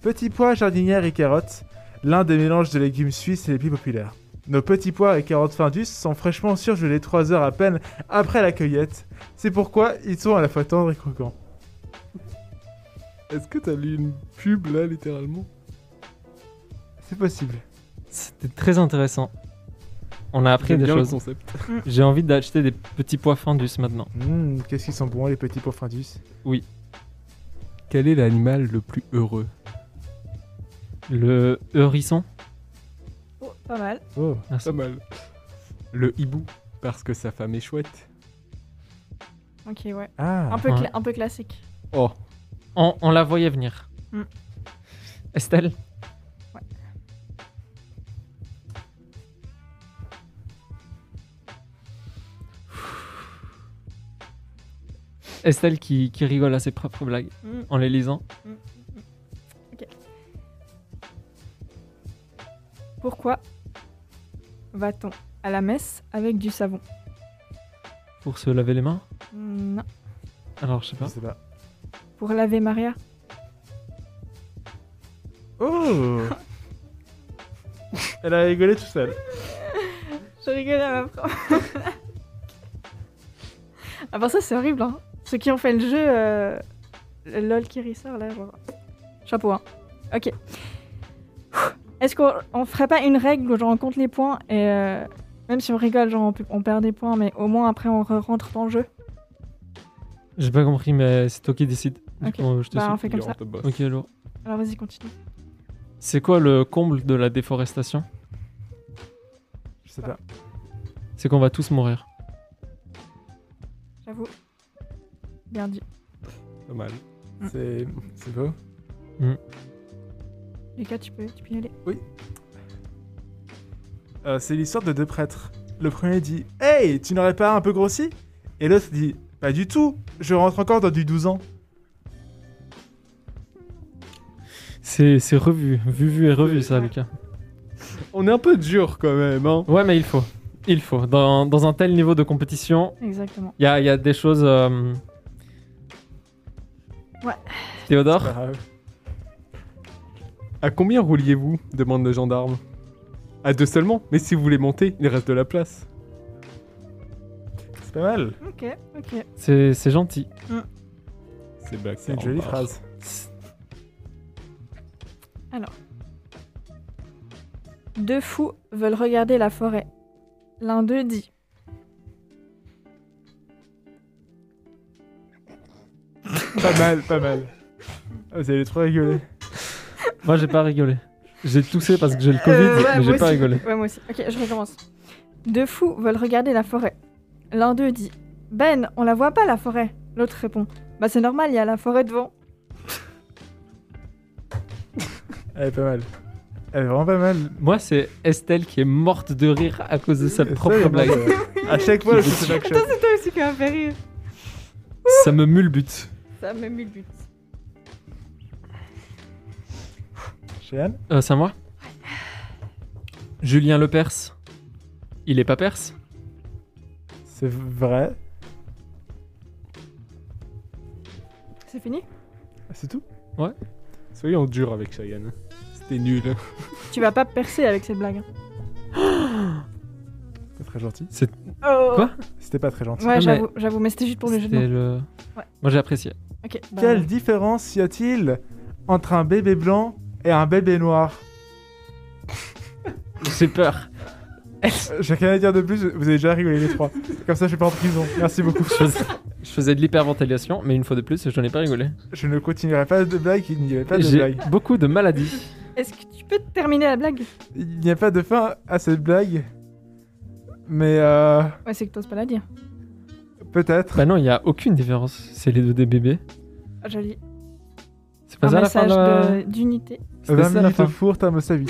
S3: Petit pois, jardinière et carotte, l'un des mélanges de légumes suisses les plus populaires. Nos petits pois et carottes findus sont fraîchement surgelés 3 heures à peine après la cueillette. C'est pourquoi ils sont à la fois tendres et croquants.
S5: Est-ce que t'as lu une pub là, littéralement
S3: C'est possible.
S7: C'était très intéressant. On a appris
S5: J'aime
S7: des
S5: bien le
S7: choses.
S5: concept.
S7: J'ai envie d'acheter des petits pois fendus maintenant.
S3: Hum, qu'est-ce qu'ils sont bons les petits pois findus.
S5: Quel est l'animal le plus heureux
S7: Le hérisson
S6: Oh, pas mal.
S3: Oh.
S7: Merci.
S5: Pas mal. Le hibou, parce que sa femme est chouette.
S6: Ok, ouais.
S3: Ah.
S6: Un peu,
S7: ouais.
S6: cla- un peu classique.
S5: Oh,
S7: On, on la voyait venir.
S6: Mm.
S7: Estelle Estelle qui, qui rigole à ses propres blagues
S6: Mm.
S7: en les lisant.
S6: Pourquoi va-t-on à la messe avec du savon
S7: Pour se laver les mains
S6: Hmm, Non.
S7: Alors, je sais
S3: Je
S7: pas.
S3: sais pas.
S6: Pour laver Maria
S3: Oh. Elle a rigolé tout seul.
S6: Je rigolais à ma propre. ah ben ça c'est horrible hein. Ceux qui ont fait le jeu, euh, le lol qui ressort là, genre. Chapeau hein. Ok. Est-ce qu'on on ferait pas une règle où genre on compte les points et euh, même si on rigole genre on, peut- on perd des points mais au moins après on re- rentre dans le jeu.
S7: J'ai pas compris, mais c'est toi qui décides. Du
S6: Ok.
S7: coup, je te
S6: Bah,
S7: suis.
S6: on fait comme ça.
S5: You're the boss.
S7: Ok, alors.
S6: Alors vas-y continue.
S7: C'est quoi le comble de la déforestation
S3: Je sais pas.
S7: C'est qu'on va tous mourir.
S6: J'avoue. Bien dit.
S5: Pas mal.
S3: C'est c'est beau.
S6: Lucas tu peux, tu peux y aller.
S3: Euh, c'est l'histoire de deux prêtres. Le premier dit Hey, tu n'aurais pas un peu grossi Et l'autre dit Pas du tout, je rentre encore dans du 12 ans.
S7: C'est c'est revu, vu, vu et revu ça, Lucas.
S5: On est un peu dur quand même, hein
S7: Ouais, mais il faut. Il faut. Dans, dans un tel niveau de compétition,
S6: Exactement.
S7: il y a, il y a des choses. euh,
S6: Ouais.
S7: Théodore
S5: À combien rouliez-vous demande le gendarme. À deux seulement, mais si vous voulez monter, il reste de la place.
S3: C'est pas mal.
S6: Ok, ok.
S7: C'est c'est gentil.
S5: C'est bac.
S3: C'est une jolie phrase.
S6: Deux fous veulent regarder la forêt. L'un d'eux dit.
S3: pas mal, pas mal. Ah, vous allez trop rigoler.
S7: Moi, j'ai pas rigolé. J'ai toussé parce que j'ai le Covid,
S6: Euh, ouais,
S7: mais
S6: moi
S7: j'ai pas
S6: aussi.
S7: rigolé.
S6: Ouais, moi aussi. Ok, je recommence. Deux fous veulent regarder la forêt. L'un d'eux dit Ben, on la voit pas la forêt. L'autre répond Bah, c'est normal, il y a la forêt devant.
S3: Elle est pas mal. Elle est vraiment pas mal.
S7: Moi, c'est Estelle qui est morte de rire à cause de sa
S3: Ça,
S7: propre
S3: elle est
S7: blague.
S3: bonne. à chaque fois, je fais ce backshot.
S6: C'est toi aussi qui m'a fait rire.
S7: Ça me mulbute.
S6: Ça m'a mis le but.
S3: Cheyenne
S7: Euh, c'est à moi Julien Lepers. Il est pas perse
S3: C'est vrai.
S6: C'est fini
S3: C'est tout
S5: Soyons durs avec Cheyenne. C'était nul.
S6: Tu vas pas percer avec cette blague. hein.
S3: C'est très gentil.
S7: C'est
S6: Oh
S7: Quoi Ah,
S3: C'était pas très gentil.
S6: Ouais,
S7: mais-
S6: j'avoue, j'avoue, mais c'était juste pour le jeu de
S7: C'était
S6: mots.
S7: le.
S6: Ouais.
S7: Moi j'ai apprécié.
S6: Ok. bah,
S3: Quelle différence y a-t-il entre un bébé blanc et un bébé noir
S7: J'ai peur.
S3: Euh, J'ai rien à dire de plus, vous avez déjà rigolé les trois. Comme ça, je suis pas en prison. Merci beaucoup.
S7: Je faisais, je faisais de l'hyperventilation, mais une fois de plus, je n'ai pas rigolé.
S3: Je ne continuerai pas de blague, il n'y avait pas de
S7: J'ai
S3: blague.
S7: beaucoup de maladies.
S6: Est-ce que tu peux terminer la blague
S3: Il n'y a pas de fin à cette blague. Mais euh,
S6: Ouais, c'est que t'oses pas la dire.
S3: peut-être.
S7: Bah non, il n'y a aucune différence. C'est les deux des bébés.
S6: Ah, Joli.
S7: C'est pas
S6: Un
S7: ça la fin
S6: message
S7: de la-
S6: de- d'unité.
S7: C'était
S3: 20
S7: ça la
S3: minutes au
S7: fin.
S3: four, Thomas Savi.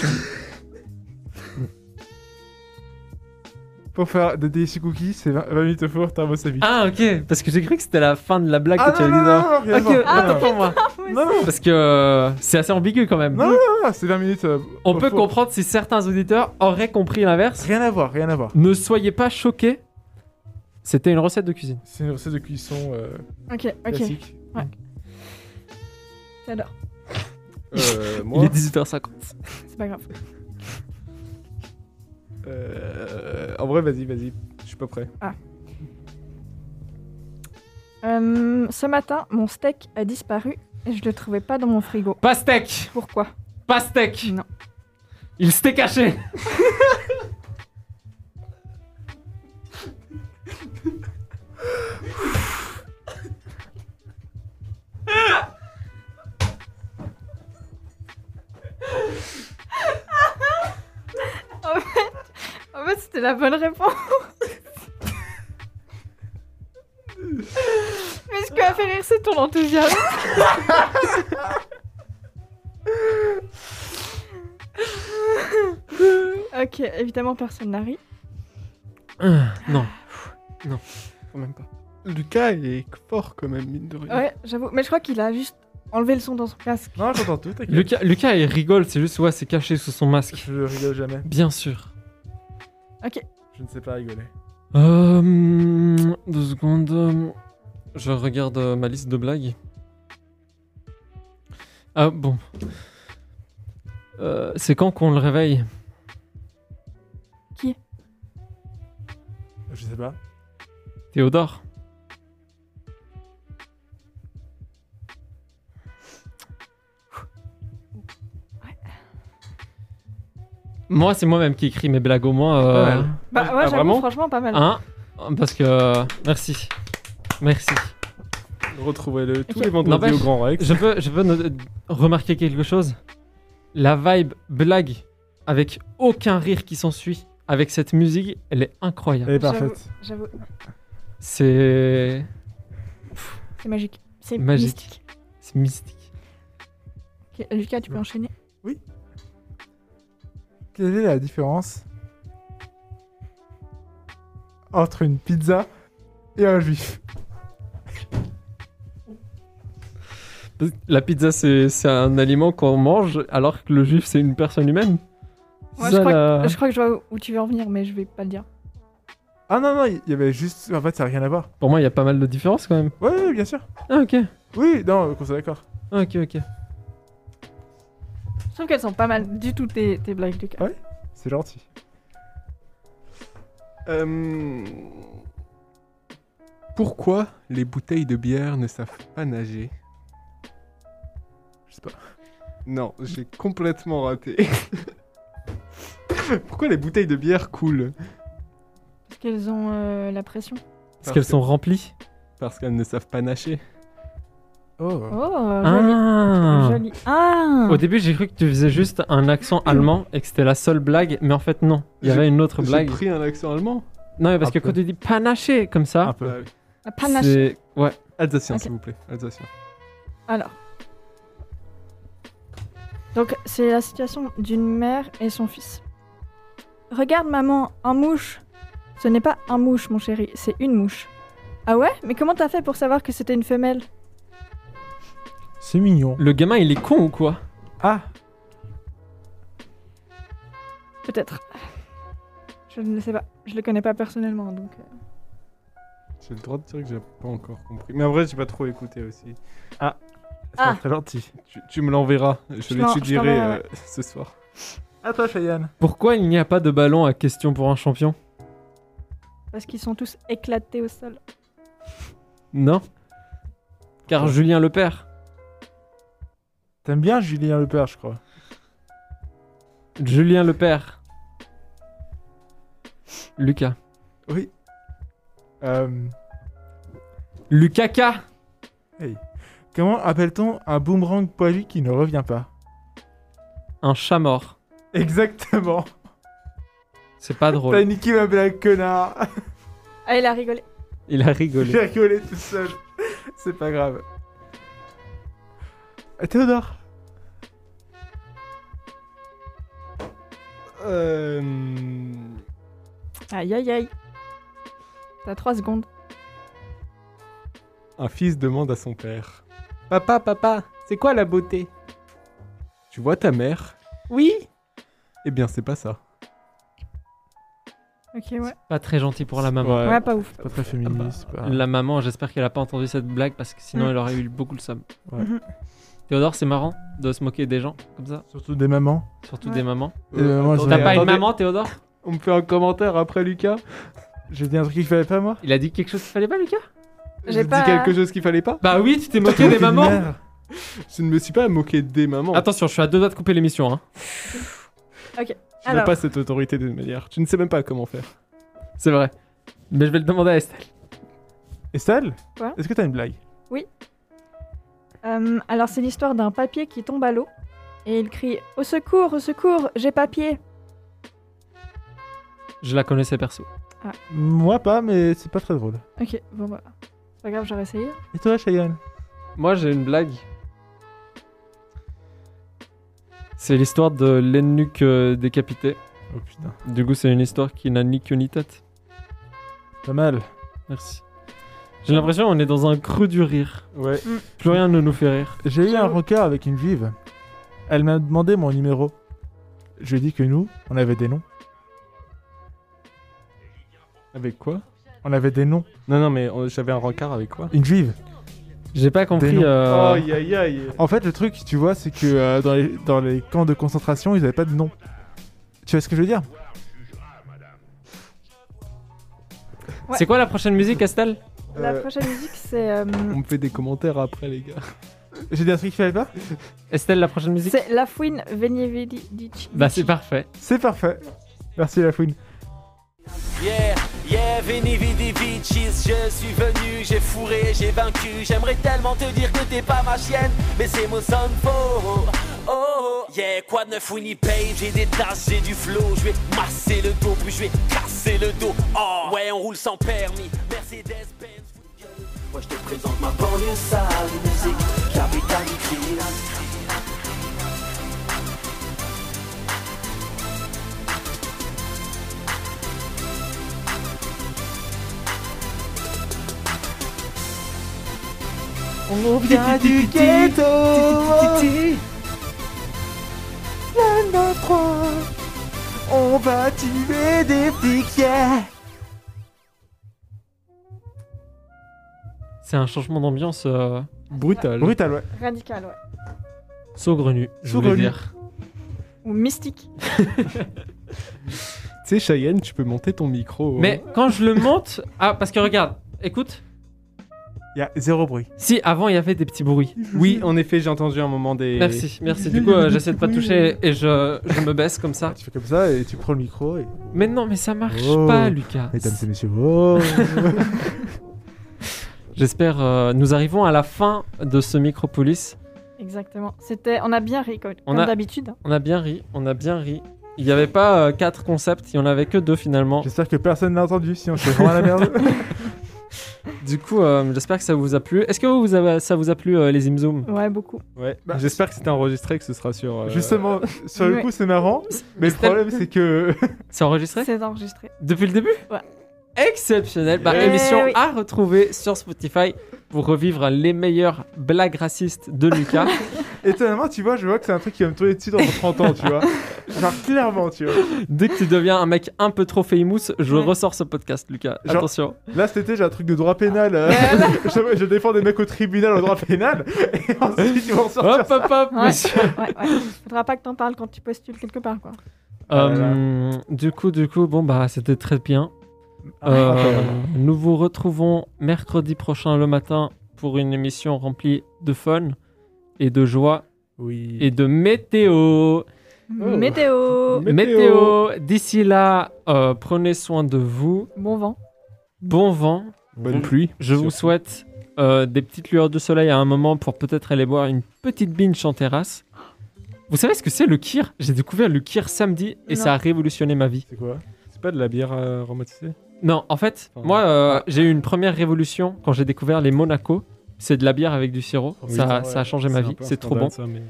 S3: Pour faire des DC cookies, c'est 20 20 minutes au four, Thomas Savi.
S7: Ah ok, parce que j'ai cru que c'était la fin de la blague
S3: Ah
S7: que tu
S3: non,
S7: avais
S3: non,
S7: dit.
S3: non, non,
S7: avant.
S3: rien à
S7: ok,
S3: voir.
S7: attends pour moi.
S3: Non, non,
S7: Parce que euh, c'est assez ambigu quand même.
S3: non, non, non, c'est 20 minutes. euh,
S7: On
S3: au
S7: peut
S3: four.
S7: comprendre si certains auditeurs auraient compris l'inverse.
S3: Rien à voir, rien à voir.
S7: Ne soyez pas choqués. C'était une recette de cuisine.
S3: C'est une recette de cuisson euh,
S6: Ok, ok.
S3: classique.
S6: J'adore.
S5: Euh,
S7: Il
S5: moi,
S7: est 18h50.
S6: C'est pas grave.
S5: euh, en vrai, vas-y, vas-y. Je suis pas prêt.
S6: Euh, ce matin, mon steak a disparu et je le trouvais pas dans mon frigo.
S7: Pastèque
S6: Pourquoi
S7: Pastèque
S6: Non.
S7: Il s'était caché
S6: En fait, c'était la bonne réponse. Mais ce qui m'a fait rire, c'est ton enthousiasme. ok, évidemment, personne n'a ri.
S7: Non.
S5: Quand même pas. Lucas est fort quand même, mine de rien.
S6: Ouais, j'avoue. Mais je crois qu'il a juste enlevé le son dans son casque.
S3: Non, j'entends tout, t'inquiète.
S7: Lucas, Lucas, il rigole, c'est juste, ouais, c'est caché sous son masque.
S3: Je rigole jamais.
S7: Bien sûr.
S3: Je ne sais pas rigoler.
S7: Euh, hmm, deux secondes. euh, Je regarde euh, ma liste de blagues. Ah bon. Euh, c'est quand qu'on le réveille
S3: Je sais pas.
S7: Théodore Moi, c'est moi-même qui écris mes blagues au moins. euh,
S5: Pas mal.
S6: Bah ouais,
S5: Ah,
S6: j'avoue,
S5: vraiment
S6: franchement, pas mal.
S7: hein Parce que. Merci. Merci.
S5: Ah. Retrouvez-le tous
S6: Ok.
S5: les vendredis
S7: N'empêche-
S5: au Grand Rex.
S7: Je veux, je veux no- remarquer quelque chose. La vibe blague, avec aucun rire qui s'ensuit, avec cette musique, elle est incroyable.
S3: Elle est
S6: J'avoue.
S3: parfaite.
S6: J'avoue,
S7: C'est.
S6: c'est magique. C'est
S7: Magique.
S6: mystique.
S7: C'est mystique.
S6: Ok, Lucas, tu peux enchaîner.
S3: Quelle est la différence entre une pizza et un juif
S7: La pizza, c'est c'est un aliment qu'on mange, alors que le juif, c'est une personne humaine.
S6: Ouais,
S7: Ça,
S6: je, crois
S7: la-
S5: Ah.
S6: que, je crois que je vois où- où tu veux en venir, mais je vais pas le dire.
S3: Ah non, non, il y avait juste. En fait, ça n'a rien à voir.
S7: Pour moi, il y a pas mal de différences quand même.
S3: Ouais, ouais, bien sûr.
S7: Ah, ok.
S3: Oui, non, qu'on soit d'accord.
S7: Ah, ok, ok.
S6: Je trouve qu'elles sont pas mal du tout tes, tes blagues, Lucas.
S3: Ouais. C'est gentil.
S5: Euh, Pourquoi les bouteilles de bière ne savent pas nager
S3: Je sais pas.
S5: Non, j'ai complètement raté. Pourquoi les bouteilles de bière coulent
S6: Parce qu'elles ont euh, la pression.
S7: Parce qu'elles
S5: que-
S7: sont remplies.
S5: Parce qu'elles ne savent pas nager.
S3: Oh.
S6: Oh,
S7: Ah.
S6: joli. Joli. Ah
S7: Au début, j'ai cru que tu faisais juste un accent allemand et que c'était la seule blague, mais en fait, non. Il y
S5: J'ai-
S7: avait une autre
S5: J'ai
S7: blague.
S5: pris un accent allemand.
S7: Non, mais parce
S3: Un
S7: que
S3: peu.
S7: quand tu dis panaché comme
S3: Un
S7: ça,
S3: peu.
S5: Ah,
S6: La panache.
S7: c'est. Ouais.
S5: Alsacien,
S6: Ok.
S5: s'il vous plaît. Alsacien.
S6: Alors. Donc, c'est la situation d'une mère et son fils. Regarde, maman, un mouche. Ce n'est pas un mouche, mon chéri, c'est une mouche. Ah ouais Mais comment t'as fait pour savoir que c'était une femelle
S3: C'est mignon.
S7: Le gamin, il est con ou quoi
S3: Ah,
S6: Peut-être. Je ne sais pas. Je le connais pas personnellement, donc. euh,
S5: J'ai le droit de dire que j'ai pas encore compris. Mais en vrai, j'ai pas trop écouté aussi.
S3: c'est
S6: Ah.
S3: très gentil.
S5: Tu, tu me l'enverras. Je
S6: Je l'en- je
S5: l'étudierai
S6: t'enverrai,
S5: euh, ce soir.
S3: À toi, Cheyenne.
S7: Pourquoi il n'y a pas de ballon à question pour un champion
S6: Parce qu'ils sont tous éclatés au sol.
S7: Non Car Julien le père.
S3: T'aimes bien Julien Lepers, je crois.
S7: Julien le père. Lucas.
S3: Oui. Euh,
S7: Lucas K.
S3: comment appelle-t-on un boomerang poilu qui ne revient pas
S7: Un chat mort.
S3: Exactement.
S7: C'est pas
S3: T'as
S7: drôle.
S3: niqué ma blague, connard.
S6: Ah, il a rigolé.
S7: Il a rigolé.
S3: J'ai rigolé tout seul. C'est pas grave. Euh, Théodore.
S5: Euh...
S6: Aïe aïe aïe. T'as 3 secondes.
S5: Un fils demande à son père Papa, papa, c'est quoi la beauté Tu vois ta mère Oui Eh bien, c'est pas ça.
S6: Ok, ouais.
S7: Pas très gentil pour la maman.
S6: Ouais,
S5: Ouais.
S6: pas ouf.
S3: Pas très féministe. pas-
S7: La maman, j'espère qu'elle a pas entendu cette blague parce que sinon
S6: Mm.
S7: elle aurait eu beaucoup le somme.
S3: Ouais.
S6: Mhm.
S7: Théodore, c'est marrant de se moquer des gens comme ça,
S3: Surtout des mamans.
S7: surtout
S6: Ouais.
S7: des mamans.
S3: Des
S6: Euh,
S3: mamans,
S7: T'as
S3: Mais
S7: pas
S5: Euh,
S7: une
S5: attendez,
S7: maman, Théodore
S5: On me fait un commentaire après Lucas
S3: J'ai dit un truc qu'il fallait pas, moi
S7: Il a dit quelque chose qu'il fallait pas, Lucas
S6: J'ai
S5: dis
S6: pas-
S5: quelque chose qu'il fallait pas
S7: Bah oui, tu t'es moqué
S3: J'ai
S7: des
S3: dit
S7: mamans.
S3: merde.
S5: Je ne me suis pas moqué des mamans.
S7: Attention, je suis à deux doigts de couper l'émission. Hein.
S5: tu n'as
S6: Alors,
S5: pas cette autorité d'une manière. Tu ne sais même pas comment faire.
S7: C'est vrai. Mais je vais le demander à Estelle.
S3: Estelle
S6: Quoi
S3: Est-ce que t'as une blague
S6: euh, alors c'est l'histoire d'un papier qui tombe à l'eau et il crie Au secours, au secours, j'ai papier.
S7: Je la connaissais perso.
S3: Moi pas, mais c'est pas très drôle.
S6: Ok, bon bah. C'est pas grave, j'aurais essayé.
S3: Et toi, Cheyenne
S7: Moi, j'ai une blague. C'est l'histoire de l'ennuc euh, décapité.
S3: Oh putain.
S7: Du coup, c'est une histoire qui n'a ni queue ni tête.
S3: Pas mal.
S7: Merci. J'ai l'impression qu'on est dans un creux du rire.
S3: Ouais.
S7: Plus rien ne nous fait rire.
S3: J'ai eu un rencard avec une juive. Elle m'a demandé mon numéro. Je lui ai dit que nous, on avait des noms.
S5: Avec quoi
S3: On avait des noms.
S5: Non, non, mais on- j'avais un rencard avec quoi
S3: Une juive.
S7: J'ai pas compris.
S3: noms.
S7: euh,
S5: Aïe, aïe, aïe.
S3: En fait, le truc, tu vois, c'est que euh, dans, les, dans les camps de concentration, ils avaient pas de nom. Tu vois ce que je veux dire
S7: C'est quoi la prochaine musique, Estelle
S6: La
S5: Euh,
S6: prochaine musique c'est euh,
S5: On me fait des commentaires après, les gars.
S3: J'ai dit un truc qu'il fallait pas
S7: Estelle, la prochaine musique
S6: c'est La Fouine Venievidici.
S7: Bah, c'est parfait.
S3: C'est parfait. Merci la fouine.
S10: Yeah, yeah, veni vidi vicis, je suis venu, j'ai fourré, j'ai vaincu. J'aimerais tellement te dire que t'es pas ma chienne, mais ces mots sonnent faux. Oh, yeah, quoi de neuf Winnie Page, j'ai des tasses, j'ai du flow. Je vais masser le dos, puis je vais casser le dos. Oh, ouais, on roule sans permis, Mercedes-Benz. Moi je te présente ma banlieue sale, musique, capitale du crime.
S3: On vient du ghetto La notre croix. On va tuer des flics, yeah.
S7: C'est un changement d'ambiance euh,
S5: Brutal.
S3: Brutal, ouais.
S6: Radical, ouais.
S7: saugrenu. je voulais
S3: Saugrenu.
S7: dire.
S6: Ou mystique.
S5: Tu sais, Cheyenne, tu peux monter ton micro. hein.
S7: Mais quand je le monte. Ah, parce que regarde, écoute.
S3: Il y a zéro bruit.
S7: Si avant il y avait des petits bruits.
S5: Oui, en effet, j'ai entendu un moment des.
S7: Merci, merci. Du coup, euh, j'essaie de pas toucher et je, je me baisse comme ça.
S3: Tu fais comme ça et tu prends le micro et.
S7: Mais non, mais ça marche
S3: Oh.
S7: pas, Lucas.
S3: Mesdames et messieurs, oh.
S7: J'espère. euh, nous arrivons à la fin de ce Micropolis.
S6: Exactement. C'était, on a bien ri comme,
S7: On
S6: comme
S7: a-
S6: d'habitude. hein.
S7: On a bien ri, on a bien ri. Il n'y avait pas euh, quatre concepts, il n'y en avait que deux finalement.
S3: J'espère que personne n'a entendu, sinon je fais vraiment la merde.
S7: Du coup, euh, j'espère que ça vous a plu. Est-ce que vous, vous avez- ça vous a plu euh, les Imzoom
S6: Ouais, beaucoup.
S5: Ouais.
S3: Bah,
S5: J'espère que c'était enregistré, que ce sera sur. euh,
S3: Justement, sur le
S6: Ouais.
S3: coup, c'est marrant, mais le
S7: C'était-
S3: problème, c'est que.
S7: C'est enregistré
S6: C'est enregistré.
S7: Depuis le début
S6: Ouais.
S7: Exceptionnel. Bah,
S6: Eh
S7: émission
S6: oui.
S7: à retrouver sur Spotify pour revivre les meilleures blagues racistes de Lucas.
S3: Étonnamment, tu vois, je vois que c'est un truc qui va me tourner dessus dans 30 ans, tu vois. Genre, clairement, tu vois.
S7: Dès que tu deviens un mec un peu trop famous, je
S6: Ouais.
S7: ressors ce podcast, Lucas.
S3: Genre-
S7: Attention.
S3: Là, cet été, j'ai un truc de droit pénal. euh, je, je défends des mecs au tribunal en droit pénal. Et ensuite, ils vont ressortir.
S7: Hop, hop, hop,
S6: Ouais.
S7: monsieur.
S6: Ouais, ouais. Faudra pas que t'en parles quand tu postules quelque part, quoi. Ah
S7: Euh, du coup, du coup, bon, bah, c'était très bien.
S3: Ah,
S7: Euh,
S3: incroyable.
S7: nous vous retrouvons mercredi prochain le matin pour une émission remplie de fun et de joie
S3: Oui.
S7: et de météo.
S6: Météo.
S7: Météo. D'ici là, euh, prenez soin de vous.
S6: Bon vent.
S7: Bon vent.
S3: Bonne pluie.
S7: Je vous souhaite euh, des petites lueurs de soleil à un moment pour peut-être aller boire une petite binge en terrasse. Vous savez ce que c'est le kir J'ai découvert le kir samedi et
S6: Non.
S7: ça a révolutionné ma vie.
S5: C'est quoi C'est pas de la bière euh, aromatisée
S7: Non, en fait,
S5: Enfin,
S7: moi, euh, j'ai eu une première révolution quand j'ai découvert les Monaco. C'est de la bière avec du sirop.
S5: Oui,
S7: ça,
S5: ouais.
S7: ça a changé ma
S5: un
S7: vie.
S5: peu un
S7: C'est trop bon.
S5: scandale, ça,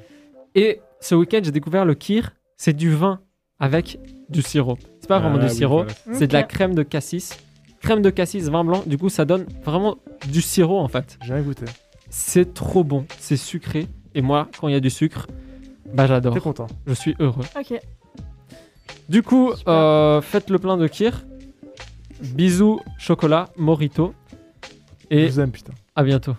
S5: mais-
S7: Et ce week-end, j'ai découvert le kir. C'est du vin avec du sirop. C'est pas vraiment
S5: Ah,
S7: du
S5: oui,
S7: sirop,
S5: voilà.
S7: c'est de la
S6: Ok.
S7: crème de cassis. Crème de cassis, vin blanc. Du coup, ça donne vraiment du sirop en fait.
S3: J'ai rien goûté.
S7: C'est trop bon, c'est sucré. Et moi, quand il y a du sucre, bah j'adore.
S3: T'es content.
S7: Je suis heureux.
S6: Ok.
S7: Du coup, euh, faites le plein de kir. Bisous, chocolat, morito.
S3: Je
S7: Et
S3: vous aime, putain.
S7: à bientôt.